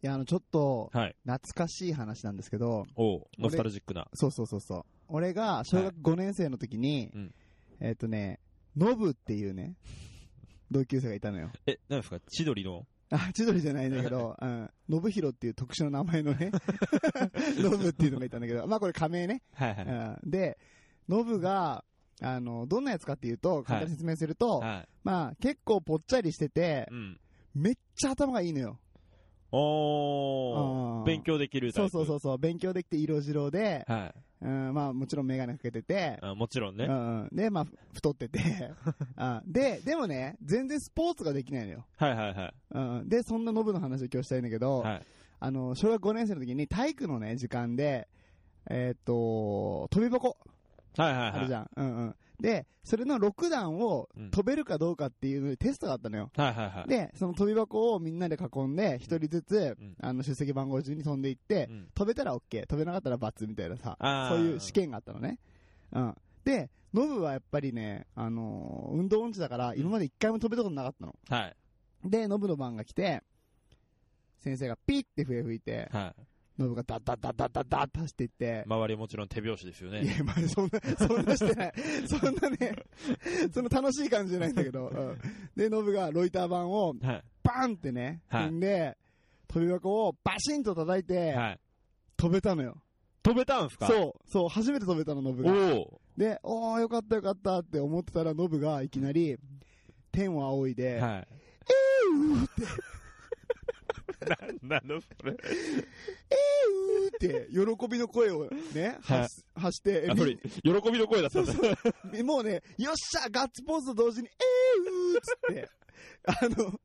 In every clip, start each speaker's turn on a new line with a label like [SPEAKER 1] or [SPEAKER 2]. [SPEAKER 1] いや、あの、ちょっと、
[SPEAKER 2] はい。
[SPEAKER 1] 懐かしい話なんですけど、
[SPEAKER 2] おうノスタルジックな。
[SPEAKER 1] そうそうそうそう。俺が小学5年生の時に、
[SPEAKER 2] うん
[SPEAKER 1] えっ、とね、ノブっていうね、同級生がいたのよ。
[SPEAKER 2] え、なんですか千鳥の
[SPEAKER 1] あ、千鳥じゃないんだけ ど、うん。ノブヒロっていう特殊な名前のね、ノブっていうのがいたんだけど、まあこれ仮名ね。
[SPEAKER 2] はいは
[SPEAKER 1] う
[SPEAKER 2] い。
[SPEAKER 1] ん、で、ノブが、あの、どんなやつかっていうと、簡単に説明すると、
[SPEAKER 2] はい。
[SPEAKER 1] まあ結構ぽっちゃりしてて
[SPEAKER 2] う、ん。
[SPEAKER 1] めっちゃ頭がいいのよ。
[SPEAKER 2] おー。
[SPEAKER 1] うん
[SPEAKER 2] 勉強できるタ
[SPEAKER 1] そ
[SPEAKER 2] イ
[SPEAKER 1] う
[SPEAKER 2] プ。
[SPEAKER 1] そうそうそう、勉強できて色白で、
[SPEAKER 2] う。はい。
[SPEAKER 1] うん、まあもちろんメガネかけてて、
[SPEAKER 2] あもちろん
[SPEAKER 1] う
[SPEAKER 2] ね。
[SPEAKER 1] んうん、で、まあ、ふ太って て、うんで、でもね、全然スポーツができないのよ。
[SPEAKER 2] はいはいはい。
[SPEAKER 1] うんうん、で、そんなノブの話を今日したいんだけど、
[SPEAKER 2] はい。
[SPEAKER 1] あの、小学5年生の時に体育のね、時間で、えーっと、飛び箱
[SPEAKER 2] はいはい
[SPEAKER 1] あ
[SPEAKER 2] は
[SPEAKER 1] る
[SPEAKER 2] い。
[SPEAKER 1] じゃん。うんうん。で、それの6段を
[SPEAKER 2] うん
[SPEAKER 1] 飛べるかどうかっていうのでテストがあったのよ。
[SPEAKER 2] はいはいはい。
[SPEAKER 1] で、その飛び箱をみんなで囲んで、一人ずつ、
[SPEAKER 2] うん
[SPEAKER 1] あの、出席番号順に飛んでいって、
[SPEAKER 2] うん
[SPEAKER 1] 飛べたら OK、飛べなかったら罰みたいなさ、
[SPEAKER 2] あー
[SPEAKER 1] そういう試験があったのね。うん。で、ノブはやっぱりね、あのー運動音痴だから、今まで一回も飛べたことなかったの。
[SPEAKER 2] はい。
[SPEAKER 1] で、ノブの番が来て、先生がピッて笛吹いて、
[SPEAKER 2] は
[SPEAKER 1] ノブがダッダッダッダッダッダッって走っていって
[SPEAKER 2] い。、周りはもちろん手拍子ですよ
[SPEAKER 1] い
[SPEAKER 2] ね。
[SPEAKER 1] や、まあ、そんな、そんなしてない。 そんなね、その楽しい感じじゃないんだけど、うんで、ノブがロイター版を
[SPEAKER 2] は
[SPEAKER 1] バーンってね、
[SPEAKER 2] はい
[SPEAKER 1] 踏んで、飛び箱をバシンと叩い
[SPEAKER 2] い。
[SPEAKER 1] て、
[SPEAKER 2] はい。
[SPEAKER 1] 飛べたのよ。
[SPEAKER 2] 飛べたんすかう。
[SPEAKER 1] そう、そう、初めて飛べたの、ノブ
[SPEAKER 2] お
[SPEAKER 1] が。
[SPEAKER 2] お
[SPEAKER 1] で、おー、よかったよかったって思ってたら、ノブがいきなり、天を仰いで、
[SPEAKER 2] はい。なんなのそれ。
[SPEAKER 1] えーって、喜びの声をね、
[SPEAKER 2] はい
[SPEAKER 1] 発し発して、え
[SPEAKER 2] あ、それ、喜びの声だったんだ。
[SPEAKER 1] みもうね、よっしゃガッツポーズと同時に、えーうーっつって、あの、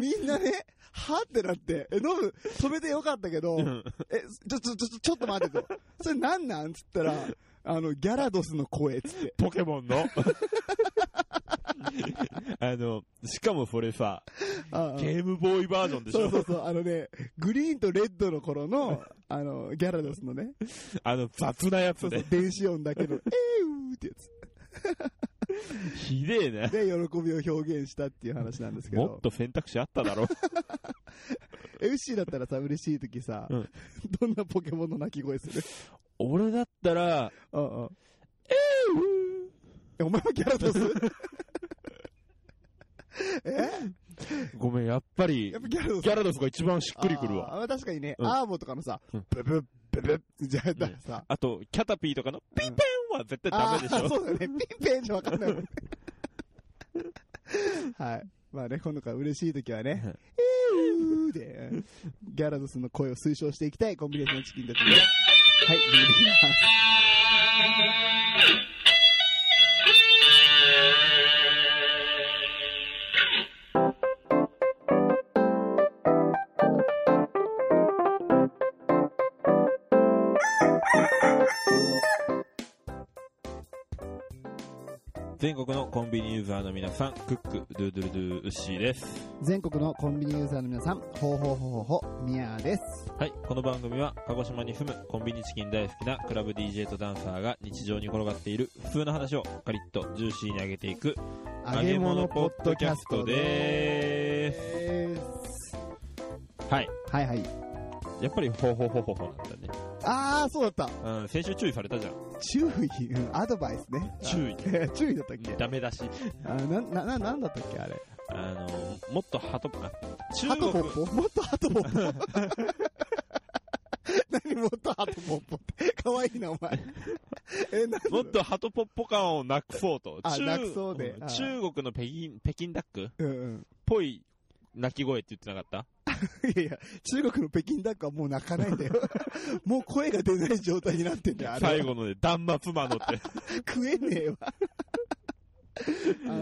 [SPEAKER 1] みんなね、はってなって、え、ノブ、止めてよかったけど、
[SPEAKER 2] ん
[SPEAKER 1] え、ちょ、ちょ、ちょ、ちょっと待ってと。それなんなんつったら、あの、ギャラドスの声っつって。
[SPEAKER 2] ポケモン の。あの、しかもそれさ、
[SPEAKER 1] ああ
[SPEAKER 2] ゲームボーイバージョンでし
[SPEAKER 1] そうそ
[SPEAKER 2] ょ
[SPEAKER 1] うそう、あのね、グリーンとレッドの頃の、あの、ギャラドスのね、
[SPEAKER 2] あの、雑なや
[SPEAKER 1] そ
[SPEAKER 2] つ
[SPEAKER 1] うそう
[SPEAKER 2] ね、。
[SPEAKER 1] 電子音だけ ど、えーうーってやつ。
[SPEAKER 2] ひでえね。
[SPEAKER 1] で、喜びを表現したっていう話なんですけ
[SPEAKER 2] もっ
[SPEAKER 1] ど、
[SPEAKER 2] と選択肢あっただろ。
[SPEAKER 1] えウッシーだったらさ、嬉しい時さ、
[SPEAKER 2] うん
[SPEAKER 1] どんなポケモンの鳴き声する
[SPEAKER 2] 俺だったら、
[SPEAKER 1] うんうん。えお前もギャラドス
[SPEAKER 2] ごめん、やっぱり
[SPEAKER 1] やっ、ぱギャラドス
[SPEAKER 2] ギャラドスが一番しっくりくるわ。
[SPEAKER 1] あー確かにね、
[SPEAKER 2] うん
[SPEAKER 1] アーモとかのさ、
[SPEAKER 2] うん
[SPEAKER 1] ブブッブブッじゃあだからさ、
[SPEAKER 2] あと、キャタピーとかのピンペンは絶対ダメでし
[SPEAKER 1] あー
[SPEAKER 2] ょ。
[SPEAKER 1] そうだね。ピンペンじゃわかんないもんね。はい。まあね、今度から嬉しい時はね、
[SPEAKER 2] うん
[SPEAKER 1] えーうーで、ギャラドスの声を推奨していきたいコンビネーションチキンたちです。 はい、ビリビリハウス
[SPEAKER 2] 全国のコンビニユーザーの皆さん、クック、ドゥドゥルドゥ、ウッシーです。
[SPEAKER 1] 全国のコンビニユーザーの皆さん、ほうほうほうほう、みやです。
[SPEAKER 2] はい、この番組は鹿児島に住むコンビニチキン大好きなクラブ DJ とダンサーが日常に転がっている普通の話をカリッとジューシーに上げていく揚げ物ポッドキャストでー
[SPEAKER 1] です。
[SPEAKER 2] す。はい、
[SPEAKER 1] はいはい。
[SPEAKER 2] やっぱりほほほほほなんだね。
[SPEAKER 1] あー、そうだった。
[SPEAKER 2] うん、先週注意されたじゃん。
[SPEAKER 1] 注意、うんアドバイスね。
[SPEAKER 2] 注意。
[SPEAKER 1] 意。注意だったっけ
[SPEAKER 2] ダメだし、
[SPEAKER 1] あな、な、な、なんだったっけあれ。
[SPEAKER 2] あの、もっとハト、あ中
[SPEAKER 1] ハトポ
[SPEAKER 2] 国、
[SPEAKER 1] ッポもっとハトポッポ 何もっとハトポッポって。かわいいな、お前。え、なんだ
[SPEAKER 2] もっとハトポッポ感をなくそうと。
[SPEAKER 1] あ
[SPEAKER 2] 中
[SPEAKER 1] なくそうで
[SPEAKER 2] ん
[SPEAKER 1] あ
[SPEAKER 2] 中国の北京、北京ダックっ
[SPEAKER 1] うんうん。
[SPEAKER 2] ぽい鳴き声って言ってなかった
[SPEAKER 1] いやいや、中国の北京ダックはもう泣かないんだ よ。もう声が出ない状態になってんだよ、あれ。
[SPEAKER 2] 最後ので、断末魔 のって。
[SPEAKER 1] 食えねえ わ。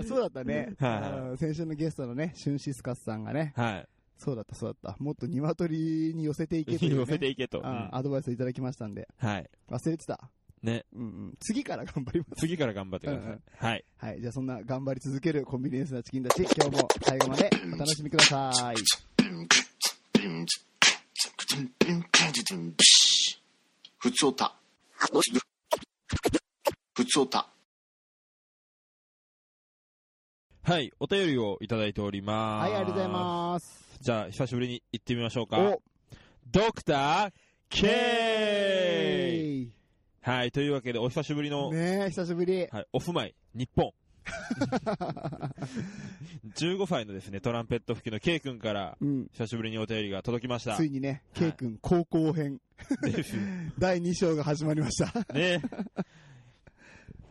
[SPEAKER 1] あそうだったね、
[SPEAKER 2] はい
[SPEAKER 1] あ先週のゲストのね、シュンシスカスさんがね、
[SPEAKER 2] はい。
[SPEAKER 1] そうだった、そうだった、もっと鶏に寄せていけという、ね、
[SPEAKER 2] 寄せていけと。
[SPEAKER 1] あ
[SPEAKER 2] うん
[SPEAKER 1] アドバイスをいただきましたんで、
[SPEAKER 2] はい。
[SPEAKER 1] 忘れてた。
[SPEAKER 2] ね。
[SPEAKER 1] うんうん。次から頑張ります。
[SPEAKER 2] 次から頑張ってくだ
[SPEAKER 1] うん
[SPEAKER 2] さ
[SPEAKER 1] う
[SPEAKER 2] い。はい。
[SPEAKER 1] はい。じゃあそんな頑張り続けるコンビニエンスなチキンたち、今日も最後までお楽しみください。
[SPEAKER 3] ふつおた。ふつおた。
[SPEAKER 2] はい。お便りをいただいておりま
[SPEAKER 1] は
[SPEAKER 2] す。
[SPEAKER 1] い、ありがとうございます。
[SPEAKER 2] す。じゃあ、久しぶりに行ってみましょうか。
[SPEAKER 1] お、
[SPEAKER 2] ドクター K!
[SPEAKER 1] イ
[SPEAKER 2] はい、というわけで、お久しぶりの、
[SPEAKER 1] ねえ、久しぶり。
[SPEAKER 2] はい、オフマイ、日本。15歳のですね、トランペット吹きの K 君から、
[SPEAKER 1] うん。
[SPEAKER 2] 久しぶりにお便りが届きました
[SPEAKER 1] つ。いにね、
[SPEAKER 2] はい
[SPEAKER 1] K 君高校編、
[SPEAKER 2] ですよ
[SPEAKER 1] 第2章が始まりました。
[SPEAKER 2] ね。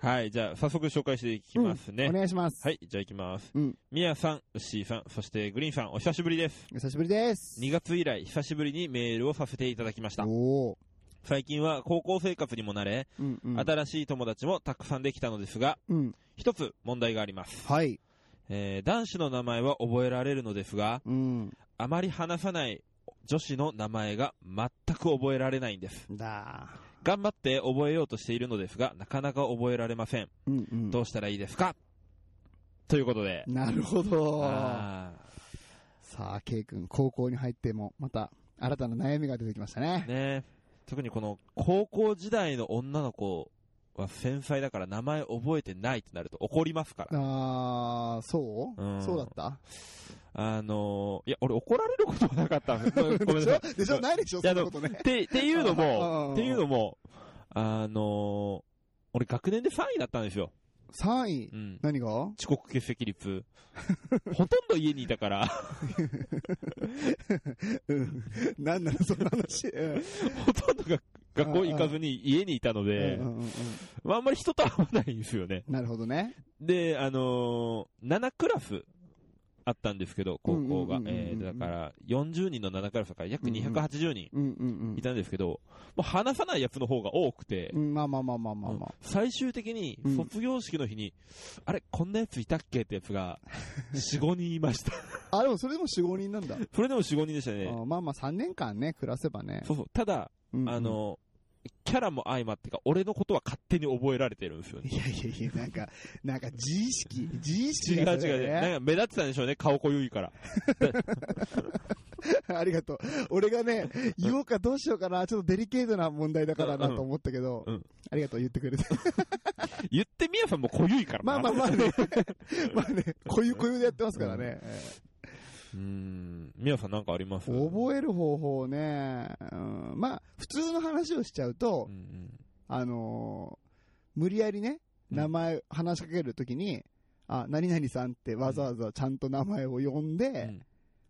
[SPEAKER 2] はい、じゃあ、早速紹介していきますね。
[SPEAKER 1] お願いします。
[SPEAKER 2] はい、じゃあ行きます。
[SPEAKER 1] うん
[SPEAKER 2] みやさん、うっしーさん、そしてグリーンさん、お久しぶりです。
[SPEAKER 1] お久しぶりです。
[SPEAKER 2] 2月以来、久しぶりにメールをさせていただきました。
[SPEAKER 1] おー
[SPEAKER 2] 最近は高校生活にも慣れ、
[SPEAKER 1] うんうん。
[SPEAKER 2] 新しい友達もたくさんできたのですが、
[SPEAKER 1] うん。
[SPEAKER 2] 一つ問題があります。
[SPEAKER 1] はい。
[SPEAKER 2] えー男子の名前は覚えられるのですが、
[SPEAKER 1] うん。
[SPEAKER 2] あまり話さない女子の名前が全く覚えられないんです。
[SPEAKER 1] だ
[SPEAKER 2] 頑張って覚えようとしているのですが、なかなか覚えられません。
[SPEAKER 1] ーうんうん。
[SPEAKER 2] どうしたらいいですかということで。
[SPEAKER 1] なるほど。
[SPEAKER 2] あ
[SPEAKER 1] さあ、K 君、高校に入っても、また、新たな悩みが出てきましたね
[SPEAKER 2] ー。ね特にこの高校時代の女の子は繊細だから名前覚えてないってなると怒りますから。
[SPEAKER 1] あー、そう、
[SPEAKER 2] うん
[SPEAKER 1] そうだった
[SPEAKER 2] あのーいや、俺怒られることはなかった。ご めん
[SPEAKER 1] で
[SPEAKER 2] な
[SPEAKER 1] し
[SPEAKER 2] さい。っ
[SPEAKER 1] ょでしょないでしょ
[SPEAKER 2] いや
[SPEAKER 1] そんなことね。
[SPEAKER 2] て、っていうの
[SPEAKER 1] うん
[SPEAKER 2] も、っていうのも、あのー俺学年で3位だったんですよ。
[SPEAKER 1] 3位
[SPEAKER 2] う。ん。
[SPEAKER 1] 何が
[SPEAKER 2] 遅刻欠席率。 ほとんど家にいたから、
[SPEAKER 1] うん。何 なのその話。うん
[SPEAKER 2] ほとんどが学校行かずに家にいたので、
[SPEAKER 1] うんうんうん
[SPEAKER 2] まあ、あんまり人と会わないんですよね。
[SPEAKER 1] なるほどね。
[SPEAKER 2] で、あのー、7クラスあったんですけど、高校が
[SPEAKER 1] う。んうんうんうんうん
[SPEAKER 2] えーだから、40人の7クラスだから約280人
[SPEAKER 1] うんうん
[SPEAKER 2] いたんですけど、もう話さないやつの方が多くて、
[SPEAKER 1] うん。うん、まあまあまあまあまあまあ。
[SPEAKER 2] 最終的に
[SPEAKER 1] うん
[SPEAKER 2] 卒業式の日に、あれ、こんなやついたっけってや つが、4、5人いました。
[SPEAKER 1] あ、でもそれでも4、5人なんだ。
[SPEAKER 2] それでも4、5人でしたね。
[SPEAKER 1] あまあまあ3年間ね、暮らせばね。
[SPEAKER 2] そうそう。ただ、
[SPEAKER 1] うんうん
[SPEAKER 2] あ、の、キャラも相まってか、俺のことは勝手に覚えられてるんですよね。
[SPEAKER 1] いやいやいや、なんか、なんか自意 識、自意識
[SPEAKER 2] 違う
[SPEAKER 1] がね、
[SPEAKER 2] 違う違う。なんか目立ってたんでしょうね、顔濃ゆいから。
[SPEAKER 1] ありがとう。俺がね、言おうかどうしようかな、ちょっとデリケートな問題だからなと思ったけど、
[SPEAKER 2] うんうん
[SPEAKER 1] ありがとう、言ってくれ て。
[SPEAKER 2] 言ってみやさんも濃ゆいから
[SPEAKER 1] まあまあまあね、 まあね、こういうこういうでやってますからね。
[SPEAKER 2] うーん、みやさんなんかあります
[SPEAKER 1] 覚える方法ね、うん、まあ、普通の話をしちゃうと、
[SPEAKER 2] うんうん
[SPEAKER 1] あのー無理やりね、名前、話しかけるときに、あ、何々さんってわざわざちゃんと名前を呼ん
[SPEAKER 2] う
[SPEAKER 1] で、
[SPEAKER 2] ん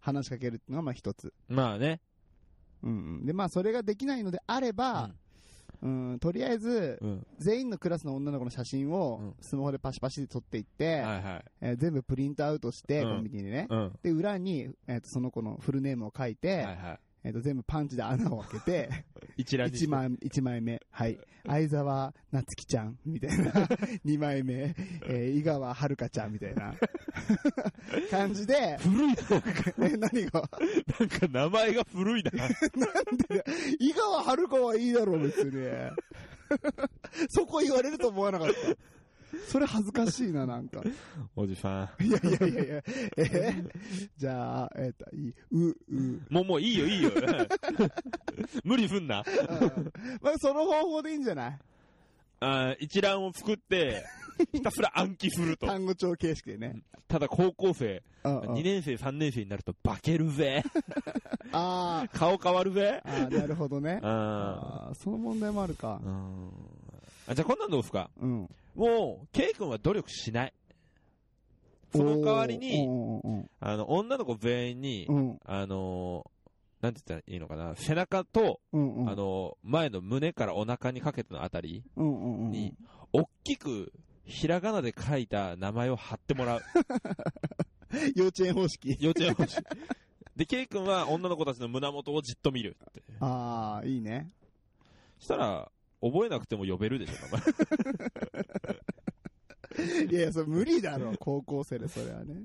[SPEAKER 1] 話しかけるっていうのがまあ一つ。
[SPEAKER 2] まあね。
[SPEAKER 1] うんうん。で、まあそれができないのであれば、うん、とりあえず、
[SPEAKER 2] うん。
[SPEAKER 1] 全員のクラスの女の子の写真
[SPEAKER 2] う
[SPEAKER 1] を
[SPEAKER 2] ん、
[SPEAKER 1] スマホでパシパシで撮っていっ
[SPEAKER 2] は
[SPEAKER 1] て
[SPEAKER 2] い、はい。
[SPEAKER 1] えー全部プリントアウトして、
[SPEAKER 2] うん
[SPEAKER 1] コンビニにね。
[SPEAKER 2] うん。は
[SPEAKER 1] で、裏に、えーと、その子のフルネームを書いて、
[SPEAKER 2] いは
[SPEAKER 1] えーと、全部パンチで穴を開けて、
[SPEAKER 2] い。一覧にして
[SPEAKER 1] 一枚、一枚目。はい。相沢夏樹ちゃん、みたいな。 二枚目。えー井川遥ちゃん、みたい な。感じで、
[SPEAKER 2] 古い
[SPEAKER 1] え、何が
[SPEAKER 2] な、なんか名前が古いな。
[SPEAKER 1] 井川遥はいいだろう、別に。 そこ言われると思わなかった。それ恥ずかしいな、なんか。
[SPEAKER 2] おじさ
[SPEAKER 1] いやいやいやいや。えじゃあ、えっ、と、いい、う、う。
[SPEAKER 2] ん。もうもういいよいいよ。 無理すんな。
[SPEAKER 1] あーまあ、その方法でいいんじゃない
[SPEAKER 2] あー一覧を作って、ひたすら暗記すると。
[SPEAKER 1] 単語帳形式でね。
[SPEAKER 2] ただ高校生、
[SPEAKER 1] うんうん
[SPEAKER 2] 2年生、3年生になると化けるぜ。
[SPEAKER 1] あー
[SPEAKER 2] 顔変わるぜ。
[SPEAKER 1] あー、なるほどね。
[SPEAKER 2] あ
[SPEAKER 1] あーその問題もあるか
[SPEAKER 2] ー。う。ん。あ、じゃあこんなんどうすか
[SPEAKER 1] うん。
[SPEAKER 2] もう、ケイ君は努力しない。その代わりに、
[SPEAKER 1] おー、うん
[SPEAKER 2] あの、女の子全員に、
[SPEAKER 1] うん
[SPEAKER 2] あのーなんて言ったらいいのかな、背中と、
[SPEAKER 1] うんうん。
[SPEAKER 2] あのー前の胸からお腹にかけてのあたり
[SPEAKER 1] うんうんうん
[SPEAKER 2] に、大きく、ひらがなで書いた名前を貼っても らう。
[SPEAKER 1] 幼稚園方式。
[SPEAKER 2] 幼稚園欲しい。で、ケイ君は女の子たちの胸元をじっと見るって。
[SPEAKER 1] ああ、いいね。
[SPEAKER 2] したら、覚えなくても呼べるでしょ、名前
[SPEAKER 1] いやいや、それ無理だろ、高校生で、それはね。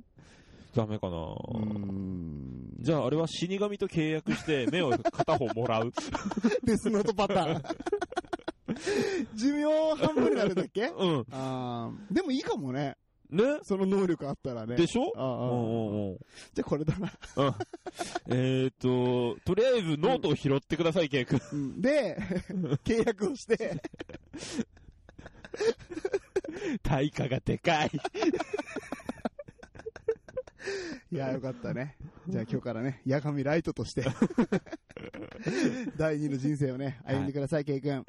[SPEAKER 2] ダメかな
[SPEAKER 1] うーん。
[SPEAKER 2] じゃあ、あれは死神と契 約して、目を片方もらう。
[SPEAKER 1] デスノートパターン。寿命半分になるんだっけ
[SPEAKER 2] うん。
[SPEAKER 1] ああ、でもいいかもね。
[SPEAKER 2] ね
[SPEAKER 1] その能力あったらね。
[SPEAKER 2] でしょ
[SPEAKER 1] ああ
[SPEAKER 2] うんう
[SPEAKER 1] あ
[SPEAKER 2] ん
[SPEAKER 1] あ、
[SPEAKER 2] うん。
[SPEAKER 1] じゃあこれだな。
[SPEAKER 2] うんえーっと、とりあえずノートを拾ってください、ケイ君。
[SPEAKER 1] うんで、 契約をして、
[SPEAKER 2] 対価がでかい。
[SPEAKER 1] いや、よかったね。じゃあ今日からね、ヤガミライトとして、第二の人生をね、歩んでください、ケイ君。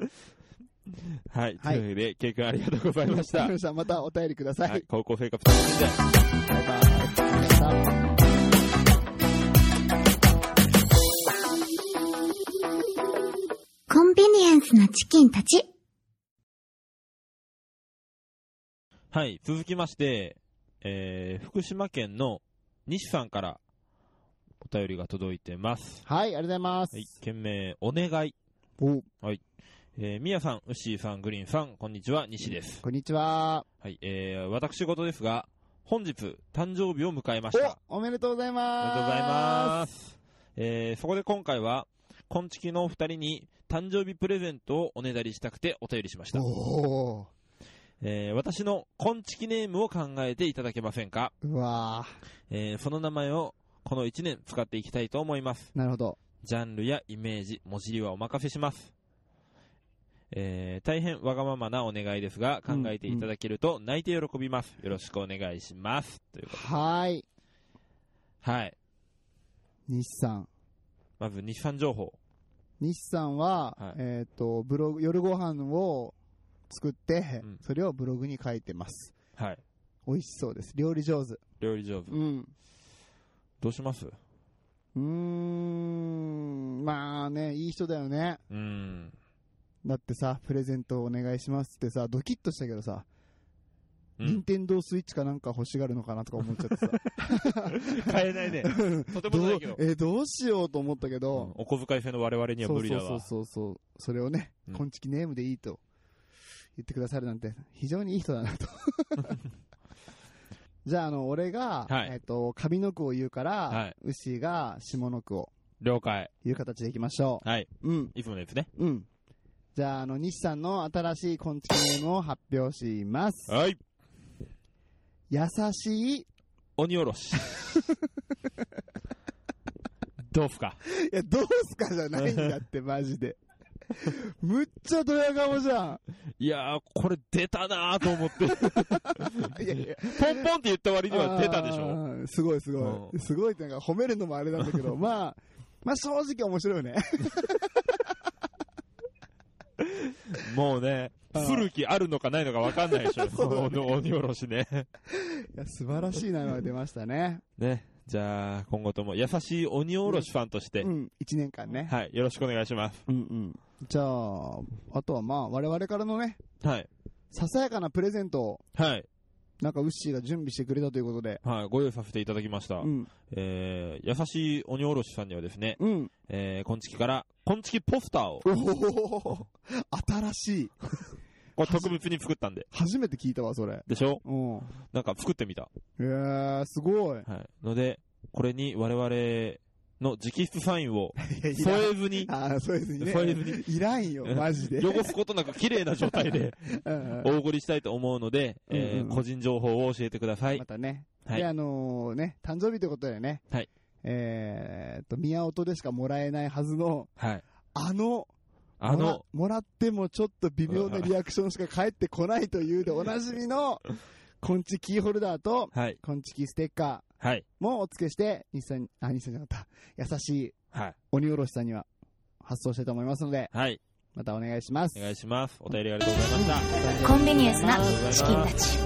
[SPEAKER 2] はい。と
[SPEAKER 1] はい
[SPEAKER 2] いうわけで、ケイ君ありがとうございました。
[SPEAKER 1] 皆さんまたお便りください。
[SPEAKER 2] はい。高校生活楽しんで。
[SPEAKER 1] バイバイ。ありがとうございました
[SPEAKER 4] コンビニエンスなチキンたち。
[SPEAKER 2] はい。続きまして、えー、福島県の西さんからお便りが届いてます。
[SPEAKER 1] はい、ありがとうございます。
[SPEAKER 2] はい。件名、お願い。
[SPEAKER 1] お
[SPEAKER 2] えー、みやさん、うっしーさん、グリーンさん、こんにちは、西です。
[SPEAKER 1] こんにちは。
[SPEAKER 2] はい。えー、私事ですが、本日、誕生日を迎えました。
[SPEAKER 1] おおめでとうござい
[SPEAKER 2] おめ
[SPEAKER 1] ます。
[SPEAKER 2] でとうございます。えー、そこで今回は、こんちきのお二人に誕生日プレゼントをおねだりしたくてお便りしました。
[SPEAKER 1] おー
[SPEAKER 2] えー、私のこんちきネームを考えていただけませんか
[SPEAKER 1] うわ
[SPEAKER 2] えー、その名前をこの1年使っていきたいと思います。
[SPEAKER 1] ーなるほど。
[SPEAKER 2] ジャンルやイメージ、文字入りはお任せします。えー、大変わがままなお願いですが、考えていただけると泣いて喜びます。よろしくお願いします。ということ
[SPEAKER 1] はーい。
[SPEAKER 2] はい。
[SPEAKER 1] 西さん。
[SPEAKER 2] まず、日産情報。
[SPEAKER 1] 西さんは、
[SPEAKER 2] はい
[SPEAKER 1] えっ、と、ブログ、夜ご飯を作って、
[SPEAKER 2] うん
[SPEAKER 1] それをブログに書いてます。
[SPEAKER 2] はい。
[SPEAKER 1] 美味しそうです。料理上手。
[SPEAKER 2] 料理上手。
[SPEAKER 1] うん。
[SPEAKER 2] どうします
[SPEAKER 1] うーん。まあね、いい人だよね。
[SPEAKER 2] うーん。
[SPEAKER 1] だってさ、プレゼントお願いしますってさ、ドキッとしたけどさ、
[SPEAKER 2] う
[SPEAKER 1] 任
[SPEAKER 2] ん、
[SPEAKER 1] 天堂スイッチかなんか欲しがるのかなとか思っちゃってさ。
[SPEAKER 2] 買えない ね。と てもじゃないけど
[SPEAKER 1] ど。うえーどうしようと思ったけ
[SPEAKER 2] うん
[SPEAKER 1] ど、
[SPEAKER 2] お小遣い制の我々には
[SPEAKER 1] そ
[SPEAKER 2] 無
[SPEAKER 1] う
[SPEAKER 2] 理
[SPEAKER 1] そ
[SPEAKER 2] だ
[SPEAKER 1] う
[SPEAKER 2] わ。
[SPEAKER 1] そうそうそうそれをね
[SPEAKER 2] う
[SPEAKER 1] 「
[SPEAKER 2] ん
[SPEAKER 1] こんちきネームでいい」と言ってくださるなんて非常にいい人だ なとじゃああの俺が、
[SPEAKER 2] はい
[SPEAKER 1] えっと上の句を言うから、
[SPEAKER 2] は
[SPEAKER 1] ウッシーが下の句を
[SPEAKER 2] 了解。
[SPEAKER 1] 言う形でいきましょ
[SPEAKER 2] はい。
[SPEAKER 1] ううん
[SPEAKER 2] いつものやつね。
[SPEAKER 1] うんじゃああの西さんの新しいこんちきネームを発表します
[SPEAKER 2] はい。
[SPEAKER 1] 優しいい
[SPEAKER 2] 鬼おろ し。どうっすか
[SPEAKER 1] やどうすかじゃないんだってマジ でむっちゃドヤ顔じゃん
[SPEAKER 2] いやー、これ出たなーと 思って。
[SPEAKER 1] いやいや
[SPEAKER 2] ポンポンって言った割には出たでしょ。
[SPEAKER 1] あーすごいすご
[SPEAKER 2] う
[SPEAKER 1] い。すごいってなんか褒めるのもあれなんだけ ど、まあ、まあ正直面白いよね。
[SPEAKER 2] もうね、
[SPEAKER 1] あー
[SPEAKER 2] 古きあるのかないのか分かんないでし ょ。
[SPEAKER 1] そうだね
[SPEAKER 2] 鬼鬼おろし ね。
[SPEAKER 1] いや、素晴らしい名前が出ましたね。
[SPEAKER 2] ね。じゃあ、今後とも優しい鬼おろしファンとして、
[SPEAKER 1] うん、1年間ね。
[SPEAKER 2] はい、よろしくお願いします。
[SPEAKER 1] うんうん。じゃあ、あとはまあ、我々からのね、
[SPEAKER 2] はい。
[SPEAKER 1] ささやかなプレゼントを、
[SPEAKER 2] はい。
[SPEAKER 1] なんかウッシーが準備してくれたということで。
[SPEAKER 2] はい、ご用意させていただきました。
[SPEAKER 1] うん、
[SPEAKER 2] えー、優しい鬼おろしさんにはですね、
[SPEAKER 1] うん。
[SPEAKER 2] えー、こんちきから、こんちきポスターを、
[SPEAKER 1] おお新しい。
[SPEAKER 2] これ特別に作ったんで。
[SPEAKER 1] 初めて聞いたわ、それ。
[SPEAKER 2] でしょ
[SPEAKER 1] うん。
[SPEAKER 2] なんか作ってみた。
[SPEAKER 1] えー、す ごい。
[SPEAKER 2] はい。ので、これに我々の直筆サインを
[SPEAKER 1] いやいらん
[SPEAKER 2] 添えずに、
[SPEAKER 1] ああ、そうですね。
[SPEAKER 2] 添えずに
[SPEAKER 1] いらんよ、マジ で。
[SPEAKER 2] 汚すことなく綺麗な状 態で
[SPEAKER 1] うん
[SPEAKER 2] お送りしたいと思うので、え
[SPEAKER 1] うんうん
[SPEAKER 2] ー個人情報を教えてください
[SPEAKER 1] ま。たね、
[SPEAKER 2] はい
[SPEAKER 1] で、あのね、誕生日ということでね、
[SPEAKER 2] はい
[SPEAKER 1] えーっと、宮音でしかもらえないはずの、
[SPEAKER 2] はい。
[SPEAKER 1] あの、
[SPEAKER 2] あ
[SPEAKER 1] もら
[SPEAKER 2] の、、
[SPEAKER 1] もらってもちょっと微妙なリアクションしか返ってこないというでおなじみの、こんちキーホルダーと、
[SPEAKER 2] はい、
[SPEAKER 1] こんちキステッカ
[SPEAKER 2] はい、
[SPEAKER 1] ーもお付けして、日産、あ、日産じゃなかった、優しい
[SPEAKER 2] はい、
[SPEAKER 1] 鬼おろしさんには発送したいと思いますので、
[SPEAKER 2] はい、
[SPEAKER 1] またお願いします。
[SPEAKER 2] お願いします。お便りありがとうございました。
[SPEAKER 4] コンビニエンスなチキンたち。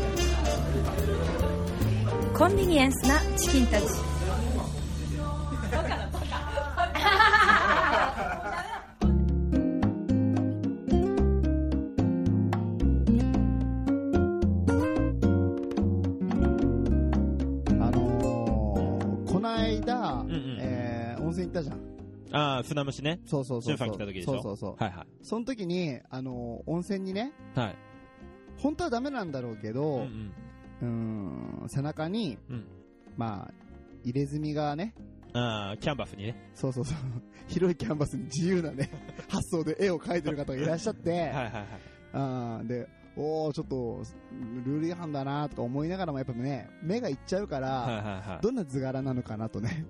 [SPEAKER 4] コンビニエンスなチキンたち。
[SPEAKER 1] あのー、こないだ、
[SPEAKER 2] んうん
[SPEAKER 1] えー温泉行ったじゃん。
[SPEAKER 2] ああ、砂虫ね。
[SPEAKER 1] そうそうそうそう。
[SPEAKER 2] シュンさん来た時でしょ
[SPEAKER 1] そうそうそう。
[SPEAKER 2] はいは
[SPEAKER 1] その時に、あの、温泉にね、
[SPEAKER 2] い。はい。
[SPEAKER 1] 本当はダメなんだろうけ
[SPEAKER 2] うんう
[SPEAKER 1] ど、
[SPEAKER 2] ん。
[SPEAKER 1] うーん、背中に、
[SPEAKER 2] うん
[SPEAKER 1] まあ、入れ墨がね、
[SPEAKER 2] ああ、キャンバスにね。
[SPEAKER 1] そうそうそう、 広いキャンバスに自由な ね、発想で絵を描いてる方がいらっしゃって、
[SPEAKER 2] はいはいはい。
[SPEAKER 1] あーで、おー、ちょっと、ルール違反だなとか思いながらも、やっぱね、目がいっちゃうから、
[SPEAKER 2] はいはいはい。
[SPEAKER 1] どんな図柄なのかなとね。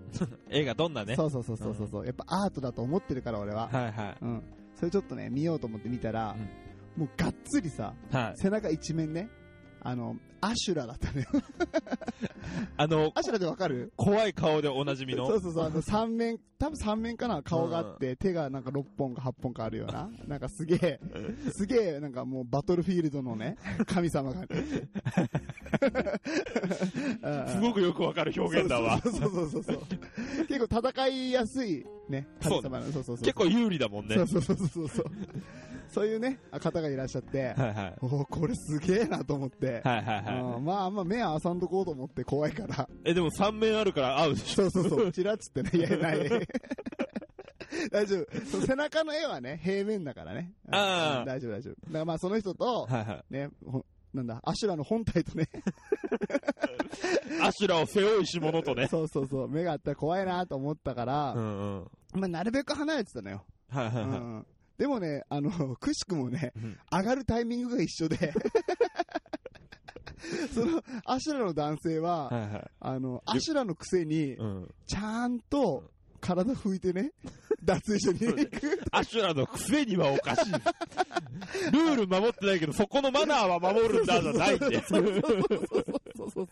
[SPEAKER 2] 映画どんなね。
[SPEAKER 1] そうそうそうそうそう。うやっぱアートだと思ってるから、俺は。
[SPEAKER 2] はいは
[SPEAKER 1] うん。それちょっとね、見ようと思って見たら、もうがっつりさ、
[SPEAKER 2] い。はい。
[SPEAKER 1] 背中一面ね、あの、アシュラだったね。
[SPEAKER 2] あの、
[SPEAKER 1] アシュラでわかる
[SPEAKER 2] 怖い顔でおなじみの。
[SPEAKER 1] そうそうそう、あ の三面、多分三面かな、顔があって、手がなんか6本か8本かあるよう な、なんかすげえ、すげえ、なんかもうバトルフィールドの ね、神様が。
[SPEAKER 2] すご
[SPEAKER 1] く
[SPEAKER 2] くよくわかる表現だわ。
[SPEAKER 1] そうそうそうそうそう。結構戦いやすいね、神様の、そうそうそう。
[SPEAKER 2] 結構有利だもんね。
[SPEAKER 1] そうそうそうそうそう。そういうね、方がいらっしゃって、
[SPEAKER 2] はいはい。
[SPEAKER 1] おお、これすげえなと思って、
[SPEAKER 2] はいはいはい。
[SPEAKER 1] うんまああんま目合わさんとこうと思って怖いから、
[SPEAKER 2] え、でも3面あるから合うでしょ。
[SPEAKER 1] そうそうそう、チラッつ ってね、いや、 ない。大丈夫。その背中の絵はね、平面だからね。
[SPEAKER 2] あー
[SPEAKER 1] うん大丈夫、大丈夫。だからまあ、その人と、
[SPEAKER 2] はいは
[SPEAKER 1] ね、ほなんだ、アシュラの本体とね、
[SPEAKER 2] い。アシュラを背負いし者とね。
[SPEAKER 1] そうそうそう、目があったら怖いなと思ったから、
[SPEAKER 2] うんうん。
[SPEAKER 1] まあ、なるべく離れてたのよ。
[SPEAKER 2] はいはいうはい。
[SPEAKER 1] ん。でもね、あの、くしくもね
[SPEAKER 2] うん、
[SPEAKER 1] 上がるタイミングが一緒 で、その、アシュラの男性は、
[SPEAKER 2] はいはい。
[SPEAKER 1] あの、アシュラのくせに、
[SPEAKER 2] うん。
[SPEAKER 1] ちゃんと、体拭いて ね、脱衣所に行く。
[SPEAKER 2] アシュラのくせにはおかしい。ルール守ってないけど、そこのマナーは守るんだじゃないんで。
[SPEAKER 1] そうそうそう。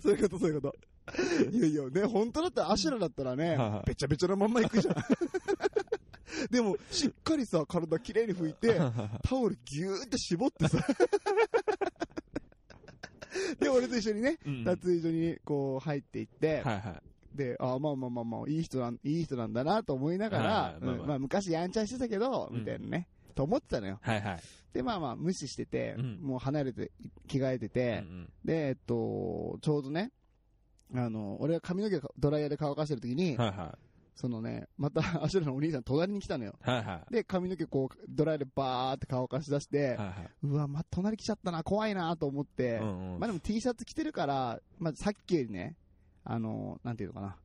[SPEAKER 1] そういうこと、そういうこと。いやいや、ね、本当だったら、アシュラだったらね
[SPEAKER 2] はいはい、
[SPEAKER 1] べちゃべちゃのまんま行く じゃん。でも、しっかりさ、体きれいに拭いて、タオルぎゅーって絞って さ。で、俺と一緒にね、
[SPEAKER 2] うん
[SPEAKER 1] 脱衣所にこう入っていって、
[SPEAKER 2] はいはい。
[SPEAKER 1] で、あまあまあまあまあ、いい人なん、いい人なんだなと思いなが
[SPEAKER 2] はい
[SPEAKER 1] ら
[SPEAKER 2] は、いま
[SPEAKER 1] う
[SPEAKER 2] あまあ
[SPEAKER 1] んまあ昔やんちゃしてたけど、
[SPEAKER 2] うん
[SPEAKER 1] みたいなね、と思ってたのよ。
[SPEAKER 2] はいはい。
[SPEAKER 1] で、まあまあ無視してて、
[SPEAKER 2] うん
[SPEAKER 1] もう離れて、着替えてて、
[SPEAKER 2] うん
[SPEAKER 1] で、えっと、ちょうどね、あの、俺が髪の毛をドライヤーで乾かしてる時
[SPEAKER 2] う
[SPEAKER 1] に、
[SPEAKER 2] んはいは
[SPEAKER 1] そのね、またアシュラのお兄さん隣に来たのよ。
[SPEAKER 2] い。はいは
[SPEAKER 1] で、髪の毛こう、ドライヤーでバーって乾かし出して、
[SPEAKER 2] い。はいはいう
[SPEAKER 1] わ、ま、隣来ちゃったな、怖いなと思って、
[SPEAKER 2] うんうん
[SPEAKER 1] まあでも T シャツ着てるから、まあさっきよりね、あの、なんていうのかな、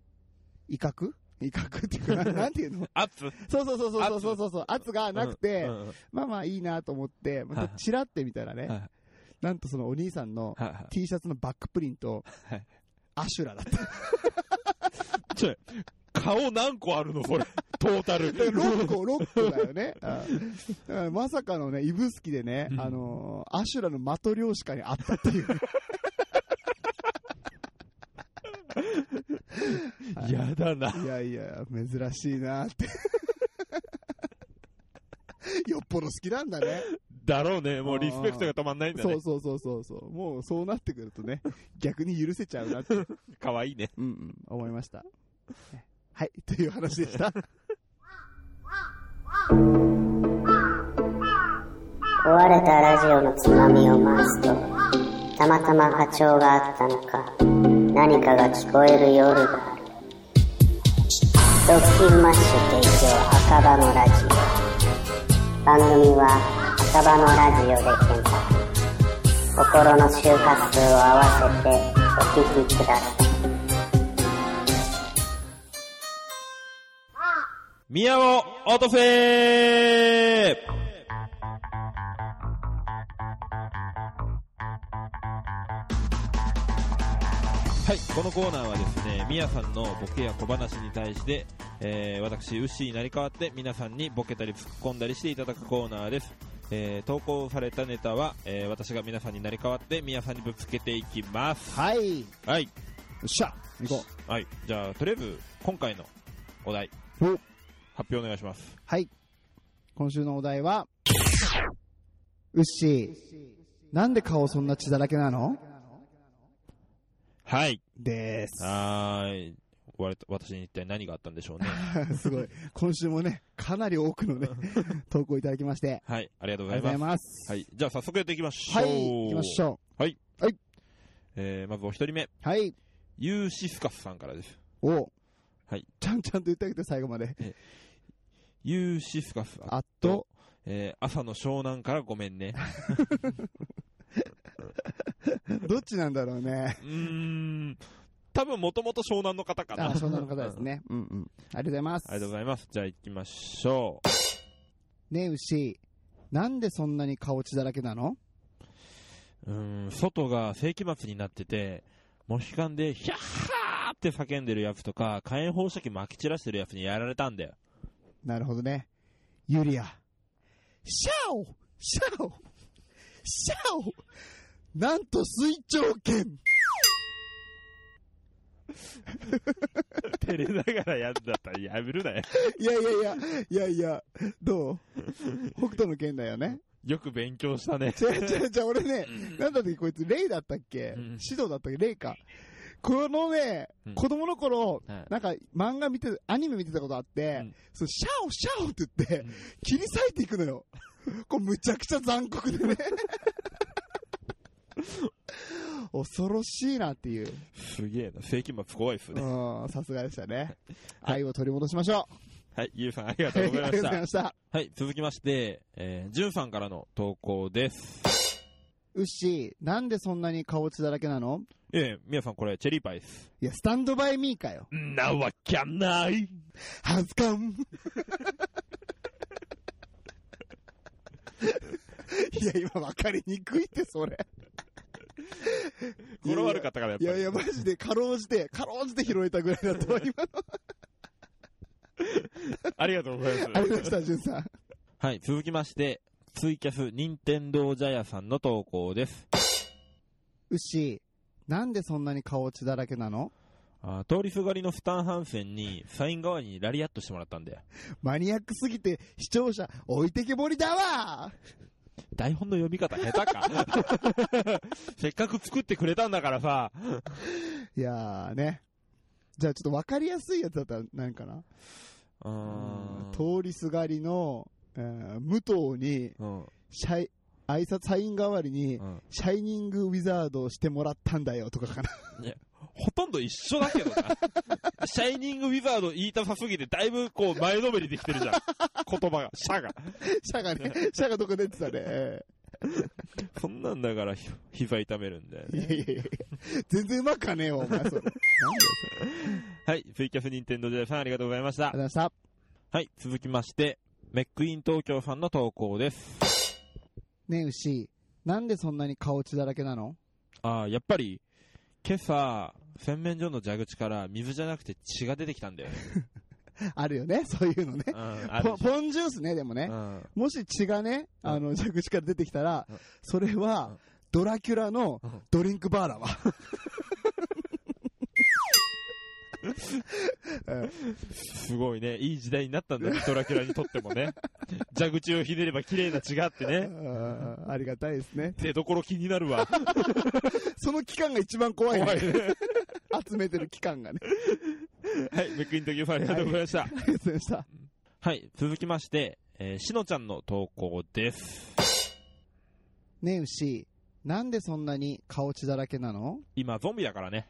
[SPEAKER 1] 威嚇威嚇っていうかな、 なんていうの
[SPEAKER 2] アップ
[SPEAKER 1] そうそうそうそうそうそうそう、圧がなくて、
[SPEAKER 2] うんうんはい
[SPEAKER 1] まあまあいいなと思って、ま
[SPEAKER 2] は
[SPEAKER 1] た
[SPEAKER 2] いはい
[SPEAKER 1] チラって見たらね、
[SPEAKER 2] はい
[SPEAKER 1] なんとそのお兄さんの
[SPEAKER 2] はい。
[SPEAKER 1] T シャツのバックプリント、
[SPEAKER 2] はい
[SPEAKER 1] アシュラだった。
[SPEAKER 2] ちょい、顔何個あるのそれ。トータル。
[SPEAKER 1] 6個、6個だよ ね。うんだからまさかのね、指宿でね、
[SPEAKER 2] うん
[SPEAKER 1] あのーアシュラの的漁師家にあったっていう。はい
[SPEAKER 2] やだな。
[SPEAKER 1] いやいや、珍しいなって。 よっぽど好きなんだね。
[SPEAKER 2] だろうね。もうリスペクトが止まんないんだ
[SPEAKER 1] そ
[SPEAKER 2] ね
[SPEAKER 1] う。そうそうそうそう。もうそうなってくるとね、逆に許せちゃうなって、うん
[SPEAKER 2] かわいいね。
[SPEAKER 1] うん、思いました。 はい、という話でした。
[SPEAKER 5] 壊れたラジオのつまみを回すとたまたま波長があったのか何かが聞こえる夜がある「ドッキンマッシュ提供赤羽のラジオ」番組は赤羽のラジオで検索心の周波数を合わせてお聞きください
[SPEAKER 2] 宮尾オトフェーはい、このコーナーはですね、みやさんのボケや小話に対して、えー、私、ウッシーになり変わって皆さんにボケたり突っ込んだりしていただくコーナーです。えー、投稿されたネタは、えー、私が皆さんになり変わってみやさんにぶつけていきます。
[SPEAKER 1] はい、よ
[SPEAKER 2] はい、
[SPEAKER 1] っしゃ、行こう。
[SPEAKER 2] はい、じゃあ、とりあえず、今回のお題、
[SPEAKER 1] お
[SPEAKER 2] 発表お願いします。
[SPEAKER 1] はい。今週のお題は、うっしー、なんで顔そんな血だらけなの
[SPEAKER 2] はい。
[SPEAKER 1] です。
[SPEAKER 2] はーい。わた私に一体何があったんでしょうね。
[SPEAKER 1] すごい。今週もね、かなり多くの ね、投稿いただきまして、
[SPEAKER 2] はい。ありがとう
[SPEAKER 1] あ
[SPEAKER 2] ご
[SPEAKER 1] り
[SPEAKER 2] ざ
[SPEAKER 1] がとう
[SPEAKER 2] い
[SPEAKER 1] ござ
[SPEAKER 2] ま
[SPEAKER 1] い
[SPEAKER 2] す。
[SPEAKER 1] ます。
[SPEAKER 2] はい。じゃあ早速やっていきましょう。
[SPEAKER 1] はい、行きましょ
[SPEAKER 2] はい。
[SPEAKER 1] はい。
[SPEAKER 2] えー、まずお一人目。
[SPEAKER 1] う。はい、
[SPEAKER 2] ユーシスカスさんからです。
[SPEAKER 1] お
[SPEAKER 2] はい。
[SPEAKER 1] ちゃんちゃんと言ってあげて、最後まで。
[SPEAKER 2] ユーシスカス。
[SPEAKER 1] あと、
[SPEAKER 2] えー、朝の湘南からごめん ね。
[SPEAKER 1] どっちなんだろうね。
[SPEAKER 2] うーん。多分もともと湘南の方かな。
[SPEAKER 1] あ、湘南の方です
[SPEAKER 2] うん。
[SPEAKER 1] ね。うんうん。ありがとうございます。
[SPEAKER 2] ありがとうございます。じゃあ行きましょう。
[SPEAKER 1] ねえ、牛、なんでそんなに顔血だらけなの
[SPEAKER 2] うーん、外が世紀末になってて、モヒカンで、ヒャッハーって叫んでるやつとか、火炎放射器撒き散らしてるやつにやられたんだよ。
[SPEAKER 1] なるほどね。ユリア。シャオシャオシャオなんと水上剣
[SPEAKER 2] 照れながらやんだったらやめるなよ。
[SPEAKER 1] いやいやいや、いやいや、どう北斗の剣だよね。
[SPEAKER 2] よく勉強したね。
[SPEAKER 1] 違う違う違う、俺ね、なんだっけこいつ、レイだったっけ
[SPEAKER 2] うん
[SPEAKER 1] シドだったっけレイか。このね
[SPEAKER 2] うん、
[SPEAKER 1] 子供の頃、
[SPEAKER 2] はい
[SPEAKER 1] なんか漫画見て、アニメ見てたことあっ
[SPEAKER 2] う
[SPEAKER 1] て
[SPEAKER 2] ん、
[SPEAKER 1] そうシャオシャオって言って
[SPEAKER 2] うん、
[SPEAKER 1] 切り裂いていくのよ。 これむちゃくちゃ残酷 でね。恐ろしいなっていう。
[SPEAKER 2] すげえな。世紀末怖いっすね。
[SPEAKER 1] うん、さすがでしたね。愛を取り戻しましょ
[SPEAKER 2] はい、ゆうさんありが
[SPEAKER 1] う。
[SPEAKER 2] とうございま し
[SPEAKER 1] ありがとうござい
[SPEAKER 2] た
[SPEAKER 1] ま。した。
[SPEAKER 2] はい、続きまして、えー、じゅんさんからの投稿です。
[SPEAKER 1] うっしー、なんでそんなに顔血だらけなの
[SPEAKER 2] ええ、みやさんこれ、チェリーパイです。
[SPEAKER 1] いや、スタンドバイミーかよ。
[SPEAKER 2] なわけない
[SPEAKER 1] 恥ずかん。いや、今分かりにくいって、それ。
[SPEAKER 2] 語呂悪かったからやっ
[SPEAKER 1] い
[SPEAKER 2] ぱ
[SPEAKER 1] や
[SPEAKER 2] り
[SPEAKER 1] いや、マジで、かろうじて、かろうじて拾えたぐらいだと思います。
[SPEAKER 2] ありがとうござい
[SPEAKER 1] あ
[SPEAKER 2] ま
[SPEAKER 1] りがと
[SPEAKER 2] す。
[SPEAKER 1] うご ざいました、じゅんさん。
[SPEAKER 2] はい、続きまして、ツイキャス、任天堂ジャヤさんの投稿です。
[SPEAKER 1] うっしー、なんでそんなに顔血だらけなの
[SPEAKER 2] あー通りすがりのスタンハンセンに、サイン代わりにラリアットしてもらったんだよ。
[SPEAKER 1] マニアックすぎて、視聴者、置いてけぼりだわ
[SPEAKER 2] 台本の読み方下手か せっかく作ってくれたんだからさ。
[SPEAKER 1] いやーね。じゃあ、ちょっと分かりやすいやつだったら何かな
[SPEAKER 2] うーん。
[SPEAKER 1] 通りすがりの、えー武藤に、
[SPEAKER 2] うん。
[SPEAKER 1] シャイ、挨拶サイン代わりに、
[SPEAKER 2] うん。
[SPEAKER 1] シャイニングウィザードをしてもらったんだよとか かな。
[SPEAKER 2] ほとんど一緒だけどな。シャイニングウィザード言いたさすぎて、だいぶこう前のめりできてる じゃん。言葉が、社が。
[SPEAKER 1] シャがね、シャがどこ出てたね。え
[SPEAKER 2] そんなんだからひ、膝痛めるんだよ
[SPEAKER 1] えい
[SPEAKER 2] ね。
[SPEAKER 1] やいやいや全然うまくはねえよ、お前、それ。なんだよ、それ。
[SPEAKER 2] はい、ツイキャスニンテンドジャイさんありがとうございました
[SPEAKER 1] あり。がとうございました。
[SPEAKER 2] はい、続きまして、メックイン東京さんの投稿です。
[SPEAKER 1] ねえ、牛。なんでそんなに顔血だらけなの
[SPEAKER 2] ああ、やっぱり、今朝、洗面所の蛇口から水じゃなくて血が出てきたんだ よね。
[SPEAKER 1] あるよね、そういうのね。
[SPEAKER 2] うん、あ
[SPEAKER 1] ポ
[SPEAKER 2] る
[SPEAKER 1] ンポンジュースね、でもね。
[SPEAKER 2] うん。
[SPEAKER 1] もし血がね、あの、蛇口から出てきたら
[SPEAKER 2] うん、
[SPEAKER 1] それ
[SPEAKER 2] う
[SPEAKER 1] は
[SPEAKER 2] ん、
[SPEAKER 1] ドラキュラの
[SPEAKER 2] うん
[SPEAKER 1] ドリンクバー だわ。
[SPEAKER 2] すごいね。いい時代になったんだね、ドラキュラにとっても ね。蛇口をひねれば綺麗な血があって
[SPEAKER 1] う
[SPEAKER 2] ね。
[SPEAKER 1] んありがたいですね。
[SPEAKER 2] 出所気になるわ。
[SPEAKER 1] その期間が一番怖い
[SPEAKER 2] 怖
[SPEAKER 1] ね。
[SPEAKER 2] いね。
[SPEAKER 1] 集めてる期間がね。
[SPEAKER 2] はい、メックイン東京さんありがとうございました。
[SPEAKER 1] ありがとうございました。
[SPEAKER 2] はい、続きまして、えー、しのちゃんの投稿です。
[SPEAKER 1] ねえ、牛。なんでそんなに顔血だらけなの
[SPEAKER 2] 今、ゾンビだからね。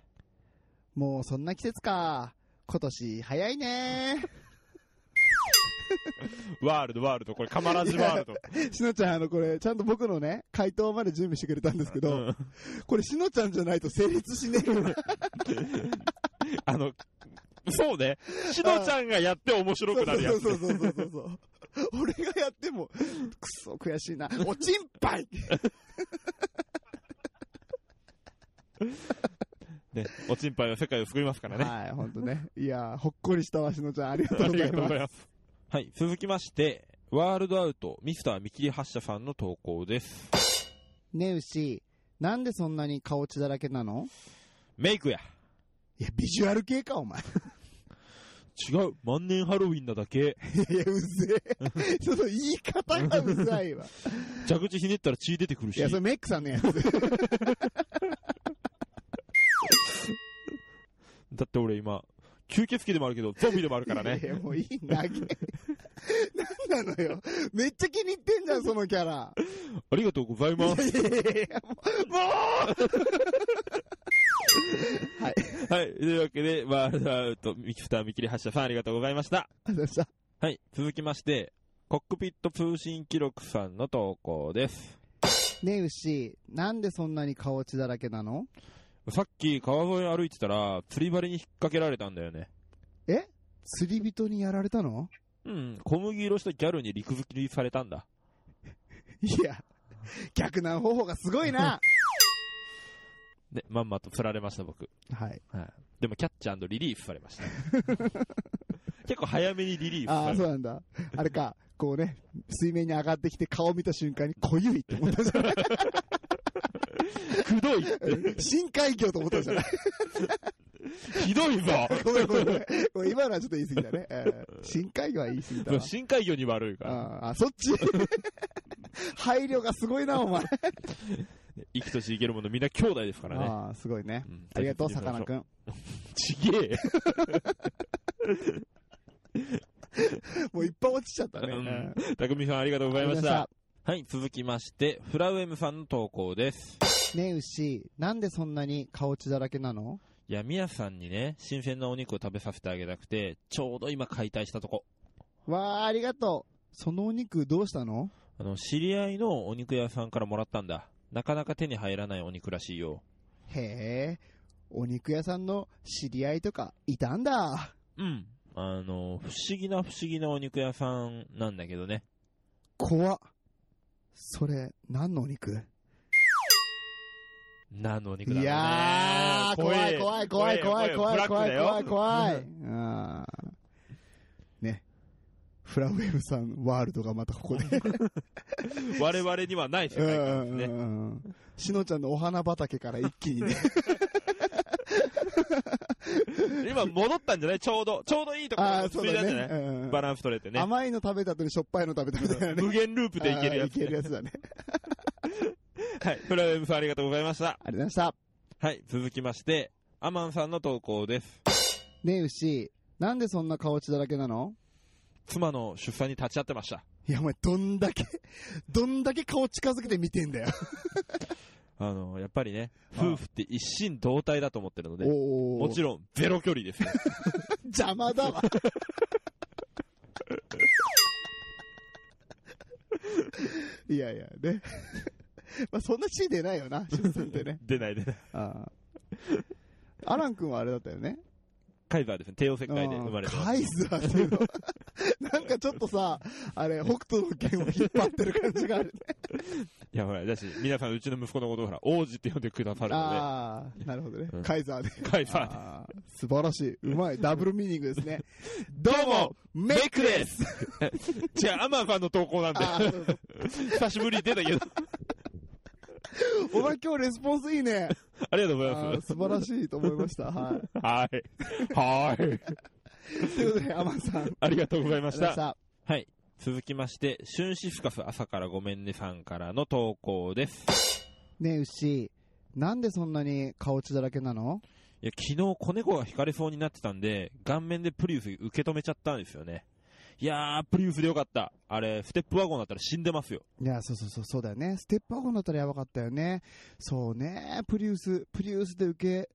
[SPEAKER 1] もうそんな季節か。今年早い ね
[SPEAKER 2] ワールド、ワールド、これ、カマラジワールド。
[SPEAKER 1] しのちゃん、あの、これ、ちゃんと僕のね、回答まで準備してくれたんですけど、
[SPEAKER 2] うん
[SPEAKER 1] これしのちゃんじゃないと成立しねえよ。
[SPEAKER 2] あの、そうね。しのちゃんがやって面白くなるやつ。
[SPEAKER 1] そうそうそうそうそうそう。俺がやっても、くそ悔しいな。おちんぱい
[SPEAKER 2] ね、おちんぱいは世界を救いますからね。
[SPEAKER 1] はい、ほんとね。いやー、ほっこりしたわ、しのちゃん。ありがと
[SPEAKER 2] あ
[SPEAKER 1] うご
[SPEAKER 2] り
[SPEAKER 1] ざい
[SPEAKER 2] がとう
[SPEAKER 1] ま
[SPEAKER 2] ご
[SPEAKER 1] す
[SPEAKER 2] ざい。ます。はい、続きまして、ワールドアウト、ミスター見切り発車さんの投稿です。
[SPEAKER 1] ねえ、牛。なんでそんなに顔血だらけなの
[SPEAKER 2] メイクや。
[SPEAKER 1] いや、ビジュアル系か、お前。
[SPEAKER 2] 違う、万年ハロウィンなだ け。
[SPEAKER 1] いや、うぜ え。その言い方がうざいわ。
[SPEAKER 2] 蛇口ひねったら血出てくる
[SPEAKER 1] い
[SPEAKER 2] し。
[SPEAKER 1] や、それメックさんのやつ。
[SPEAKER 2] だって俺今、吸血鬼でもあるけど、ゾンビでもあるから
[SPEAKER 1] いや、
[SPEAKER 2] ね。
[SPEAKER 1] もういい、なげ。なんなのよ。めっちゃ気に入ってんじゃん、そのキャラ。
[SPEAKER 2] ありがとうございます。
[SPEAKER 1] いやいやいや、もう、もうはい。
[SPEAKER 2] はい、というわけで、ワールドアウト、ミスター見切り発車さんありがとうございました。
[SPEAKER 1] ありがとうございました。
[SPEAKER 2] はい、続きまして、コックピット通信記録さんの投稿です。
[SPEAKER 1] ねえ、牛。なんでそんなに顔血だらけなの
[SPEAKER 2] さっき川沿い歩いてたら、釣り針に引っ掛けられたんだよね。
[SPEAKER 1] 釣り人にやられたの
[SPEAKER 2] うん、小麦色したギャルに陸付きされたんだ。
[SPEAKER 1] いや、逆難方法がすごいな。
[SPEAKER 2] で、まんまと釣られました、僕。
[SPEAKER 1] はい。
[SPEAKER 2] はい。でも、キャッチリリースされま した。結構早めにリリー
[SPEAKER 1] あ
[SPEAKER 2] スさ
[SPEAKER 1] あ、
[SPEAKER 2] れ
[SPEAKER 1] そ
[SPEAKER 2] ま
[SPEAKER 1] うなんだ。あれか、こう ね、水面に上がってきて顔見た瞬間に、濃ゆいって思ったじゃん。
[SPEAKER 2] くどいって。
[SPEAKER 1] 深海魚と思ったじゃない
[SPEAKER 2] ひどい ぞ
[SPEAKER 1] ごめんごめんごめん。ごめん今のはちょっと言い過ぎ だね。えー深海魚は言い過ぎだわ。
[SPEAKER 2] 深海魚に悪いから。
[SPEAKER 1] あーあ、そっち配慮がすごいな、お前。
[SPEAKER 2] 生きとし生けるものみんな兄弟ですからね。
[SPEAKER 1] ああ、すごいね。
[SPEAKER 2] ん
[SPEAKER 1] ありがとう、さかなクン。
[SPEAKER 2] ちげえ。
[SPEAKER 1] もういっぱい落ちちゃったね。
[SPEAKER 2] う
[SPEAKER 1] うんん
[SPEAKER 2] たくみさんありがとうございまし
[SPEAKER 1] あ
[SPEAKER 2] た。はい、続きまして、フラウエムさんの投稿です。
[SPEAKER 1] ねえ、牛、なんでそんなに顔血だらけなの
[SPEAKER 2] 闇屋さんにね、新鮮なお肉を食べさせてあげたくて、ちょうど今解体したとこ。
[SPEAKER 1] わあ、ありがとう。そのお肉どうしたの
[SPEAKER 2] あの、知り合いのお肉屋さんからもらったんだ。なかなか手に入らないお肉らしいよ。
[SPEAKER 1] へえ、お肉屋さんの知り合いとかいたんだ。
[SPEAKER 2] うん。あの、不思議な不思議なお肉屋さんなんだけどね。
[SPEAKER 1] 怖っ。それ、何のお肉
[SPEAKER 2] 何のお肉だろう
[SPEAKER 1] い
[SPEAKER 2] ね。
[SPEAKER 1] やー、怖い怖い怖い怖い怖い怖い怖い怖 い。あーね。フラウェブさんワールドがまたこ こで。
[SPEAKER 2] 我々にはない世
[SPEAKER 1] う
[SPEAKER 2] 界観
[SPEAKER 1] ん
[SPEAKER 2] で
[SPEAKER 1] う
[SPEAKER 2] すね。
[SPEAKER 1] んうんしのちゃんのお花畑から一気 にね。
[SPEAKER 2] 今戻ったんじゃないちょうど、ちょうどいいとこ
[SPEAKER 1] あ
[SPEAKER 2] ろ
[SPEAKER 1] あ、
[SPEAKER 2] に着
[SPEAKER 1] そう
[SPEAKER 2] い
[SPEAKER 1] だ
[SPEAKER 2] たんじ
[SPEAKER 1] ね
[SPEAKER 2] ゃない、
[SPEAKER 1] うんうん
[SPEAKER 2] バランス取れてね。
[SPEAKER 1] 甘いの食べた後にしょっぱいの食べたみたいなね。
[SPEAKER 2] 無 限ループでいける
[SPEAKER 1] あー
[SPEAKER 2] やつ、
[SPEAKER 1] いける
[SPEAKER 2] ね。
[SPEAKER 1] やつだね。
[SPEAKER 2] はい。フラウェムさんありがとうございました。
[SPEAKER 1] ありがとうございました。
[SPEAKER 2] はい。続きまして、アマンさんの投稿です。
[SPEAKER 1] ねえ、牛、なんでそんな顔血だらけなの
[SPEAKER 2] 妻の出産に立ち会ってました。
[SPEAKER 1] いや、お前、どんだけ、どんだけ顔近づけて見てんだよ。
[SPEAKER 2] あの、やっぱりね、
[SPEAKER 1] ああ
[SPEAKER 2] 夫婦って一心同体だと思ってるので、
[SPEAKER 1] お
[SPEAKER 2] もちろんゼロ距離ですよ。
[SPEAKER 1] ん。邪魔だわ。いやいや、ね。 まあ、そんな地位出ないよな、出産ってね。
[SPEAKER 2] 出ないでない。
[SPEAKER 1] ああアラン君はあれだったよね。
[SPEAKER 2] カイザーですね。帝王切開で生まれてます
[SPEAKER 1] カイズはっていうの なんかちょっとさ、あれ、北斗の剣を引っ張ってる感じがあ るね。
[SPEAKER 2] いや、ほら、だし、皆さん、うちの息子のことをほら、王子って呼んでくださるの
[SPEAKER 1] ああ、なるほどね
[SPEAKER 2] うん。
[SPEAKER 1] カイザーで。
[SPEAKER 2] で、カイザーで
[SPEAKER 1] あー素晴らしい。うまい。ダブルミーニングです ね。ど
[SPEAKER 2] うも
[SPEAKER 1] メイクです
[SPEAKER 2] す。違う、アマンさんの投稿なんで、
[SPEAKER 1] あーそうそう
[SPEAKER 2] 久しぶりに出たけど、
[SPEAKER 1] お前今日レスポンスいいね。
[SPEAKER 2] ありがとうござい
[SPEAKER 1] あ
[SPEAKER 2] ま
[SPEAKER 1] ー素晴らしいと思いま した。は
[SPEAKER 2] す。はい。はい。
[SPEAKER 1] い。ということで、アマンさん。あり
[SPEAKER 2] ありがとうございま
[SPEAKER 1] がとうご
[SPEAKER 2] し。
[SPEAKER 1] ざいましたた。
[SPEAKER 2] はい。続きまして、春シスカス朝からごめんねさんからの投稿です。
[SPEAKER 1] ねえ、牛。なんでそんなに顔血だらけなの
[SPEAKER 2] いや、昨日子猫が惹かれそうになってたんで、顔面でプリウス受け止めちゃったんですよね。いやー、プリウスでよかった。あれ、ステップワゴンだったら死んでますよ。
[SPEAKER 1] いや、そうそうそう、そうだよね。ステップワゴンだったらやばかったよね。そうね。プリウス、プリウスで受け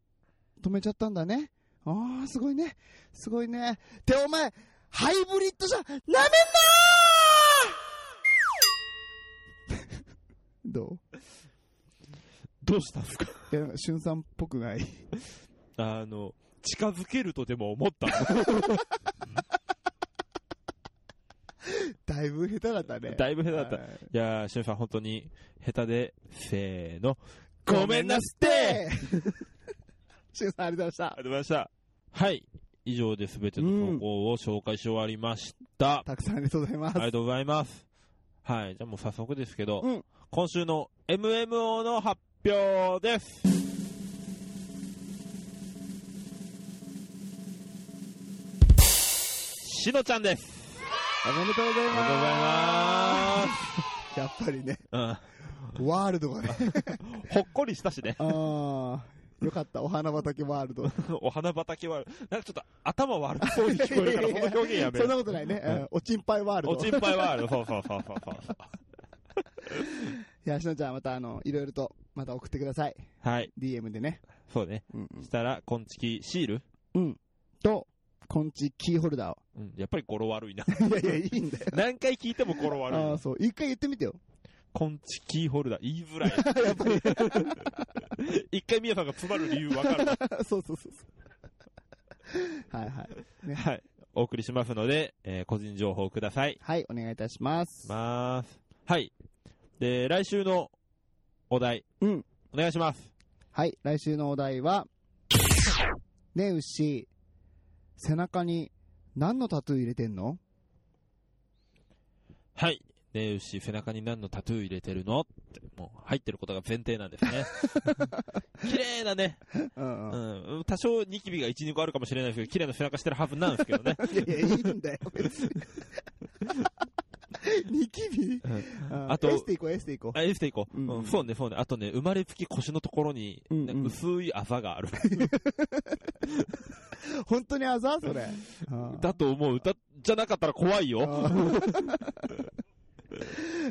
[SPEAKER 1] 止めちゃったんだね。ああ、すごいね。すごいね。て、お前、ハイブリッドじゃ、なめんなー ど
[SPEAKER 2] どうしたんすか
[SPEAKER 1] ういや、なんか、しゅんさんっぽくない。
[SPEAKER 2] あの、近づけるとでも思ったの。
[SPEAKER 1] だいぶ下手だったね。
[SPEAKER 2] だいぶ下手だった。い
[SPEAKER 1] はい
[SPEAKER 2] やー、しゅんさん本当に、下手で、せーの、ごめんなす って
[SPEAKER 1] しゅんさん、ありがとうございま
[SPEAKER 2] あ
[SPEAKER 1] し
[SPEAKER 2] りがとうございました。はい。以上で全ての投稿を紹介し終わりまし
[SPEAKER 1] た。。
[SPEAKER 2] た
[SPEAKER 1] たくさんありがとうございます。
[SPEAKER 2] ありがとうございます。はい。じゃあもう早速ですけど、
[SPEAKER 1] うん
[SPEAKER 2] 今週の MMO の発表です。しのちゃんです。
[SPEAKER 1] おめでとうござい
[SPEAKER 2] ありがとうございます。
[SPEAKER 1] ます。やっぱりね、
[SPEAKER 2] うん
[SPEAKER 1] ワールドがね。。
[SPEAKER 2] ほっこりしたしね
[SPEAKER 1] ああ、よかった、お花畑ワールド。
[SPEAKER 2] お花畑は、なんかちょっと頭悪そうに聞こえるから、この表現やめ
[SPEAKER 1] そんな
[SPEAKER 2] る。
[SPEAKER 1] ことないね。うんおちんぱいワールド。
[SPEAKER 2] おちんぱいはある。そうそうそうそうそう。
[SPEAKER 1] いや、しのちゃん、また、あの、いろいろと、また送ってください。
[SPEAKER 2] はい。
[SPEAKER 1] DM でね。
[SPEAKER 2] そうね。
[SPEAKER 1] うんう
[SPEAKER 2] し
[SPEAKER 1] ん。
[SPEAKER 2] たら、こんちきシール
[SPEAKER 1] と、根治キーホルダ
[SPEAKER 2] うん。やっぱり語呂悪い な。
[SPEAKER 1] ーを。いやいや、いいんだよ。
[SPEAKER 2] 何回聞いても語呂悪 い
[SPEAKER 1] あ
[SPEAKER 2] な
[SPEAKER 1] あ、。そう。一回言ってみてよ。
[SPEAKER 2] コンチキーホルダー、言いづらい。 一回宮さんが詰まる理由わかるわ。
[SPEAKER 1] そうそうそうそう。はいはい。
[SPEAKER 2] はい。お送りしますので、えー個人情報ください。
[SPEAKER 1] はい、お願いいたします。
[SPEAKER 2] まーす。はい。で、来週のお題。
[SPEAKER 1] うん。
[SPEAKER 2] お願いします。
[SPEAKER 1] はい、来週のお題は、ねえ、牛、背中に何のタトゥー入れてんの
[SPEAKER 2] はい。ねえ、牛、背中に何のタトゥー入れてるのって、もう入ってることが前提なんで すね。綺麗なね、
[SPEAKER 1] うん
[SPEAKER 2] う
[SPEAKER 1] うん
[SPEAKER 2] ん、多少ニキビが1、2個あるかもしれないですけど、綺麗な背中してるはずなんですけどね。
[SPEAKER 1] いやいや、いいんだ よ、別にニキビ
[SPEAKER 2] うん
[SPEAKER 1] うん
[SPEAKER 2] あと
[SPEAKER 1] エステ行こう、エステ行こ
[SPEAKER 2] あ、エステ行こう。
[SPEAKER 1] うん
[SPEAKER 2] うんそうね、そうね。あとね、生まれつき腰のところに、
[SPEAKER 1] うんうん
[SPEAKER 2] 薄いあざがある。
[SPEAKER 1] う。本当にあざそれ。うん
[SPEAKER 2] だと思う。だ、じゃなかったら怖いよ。
[SPEAKER 1] あー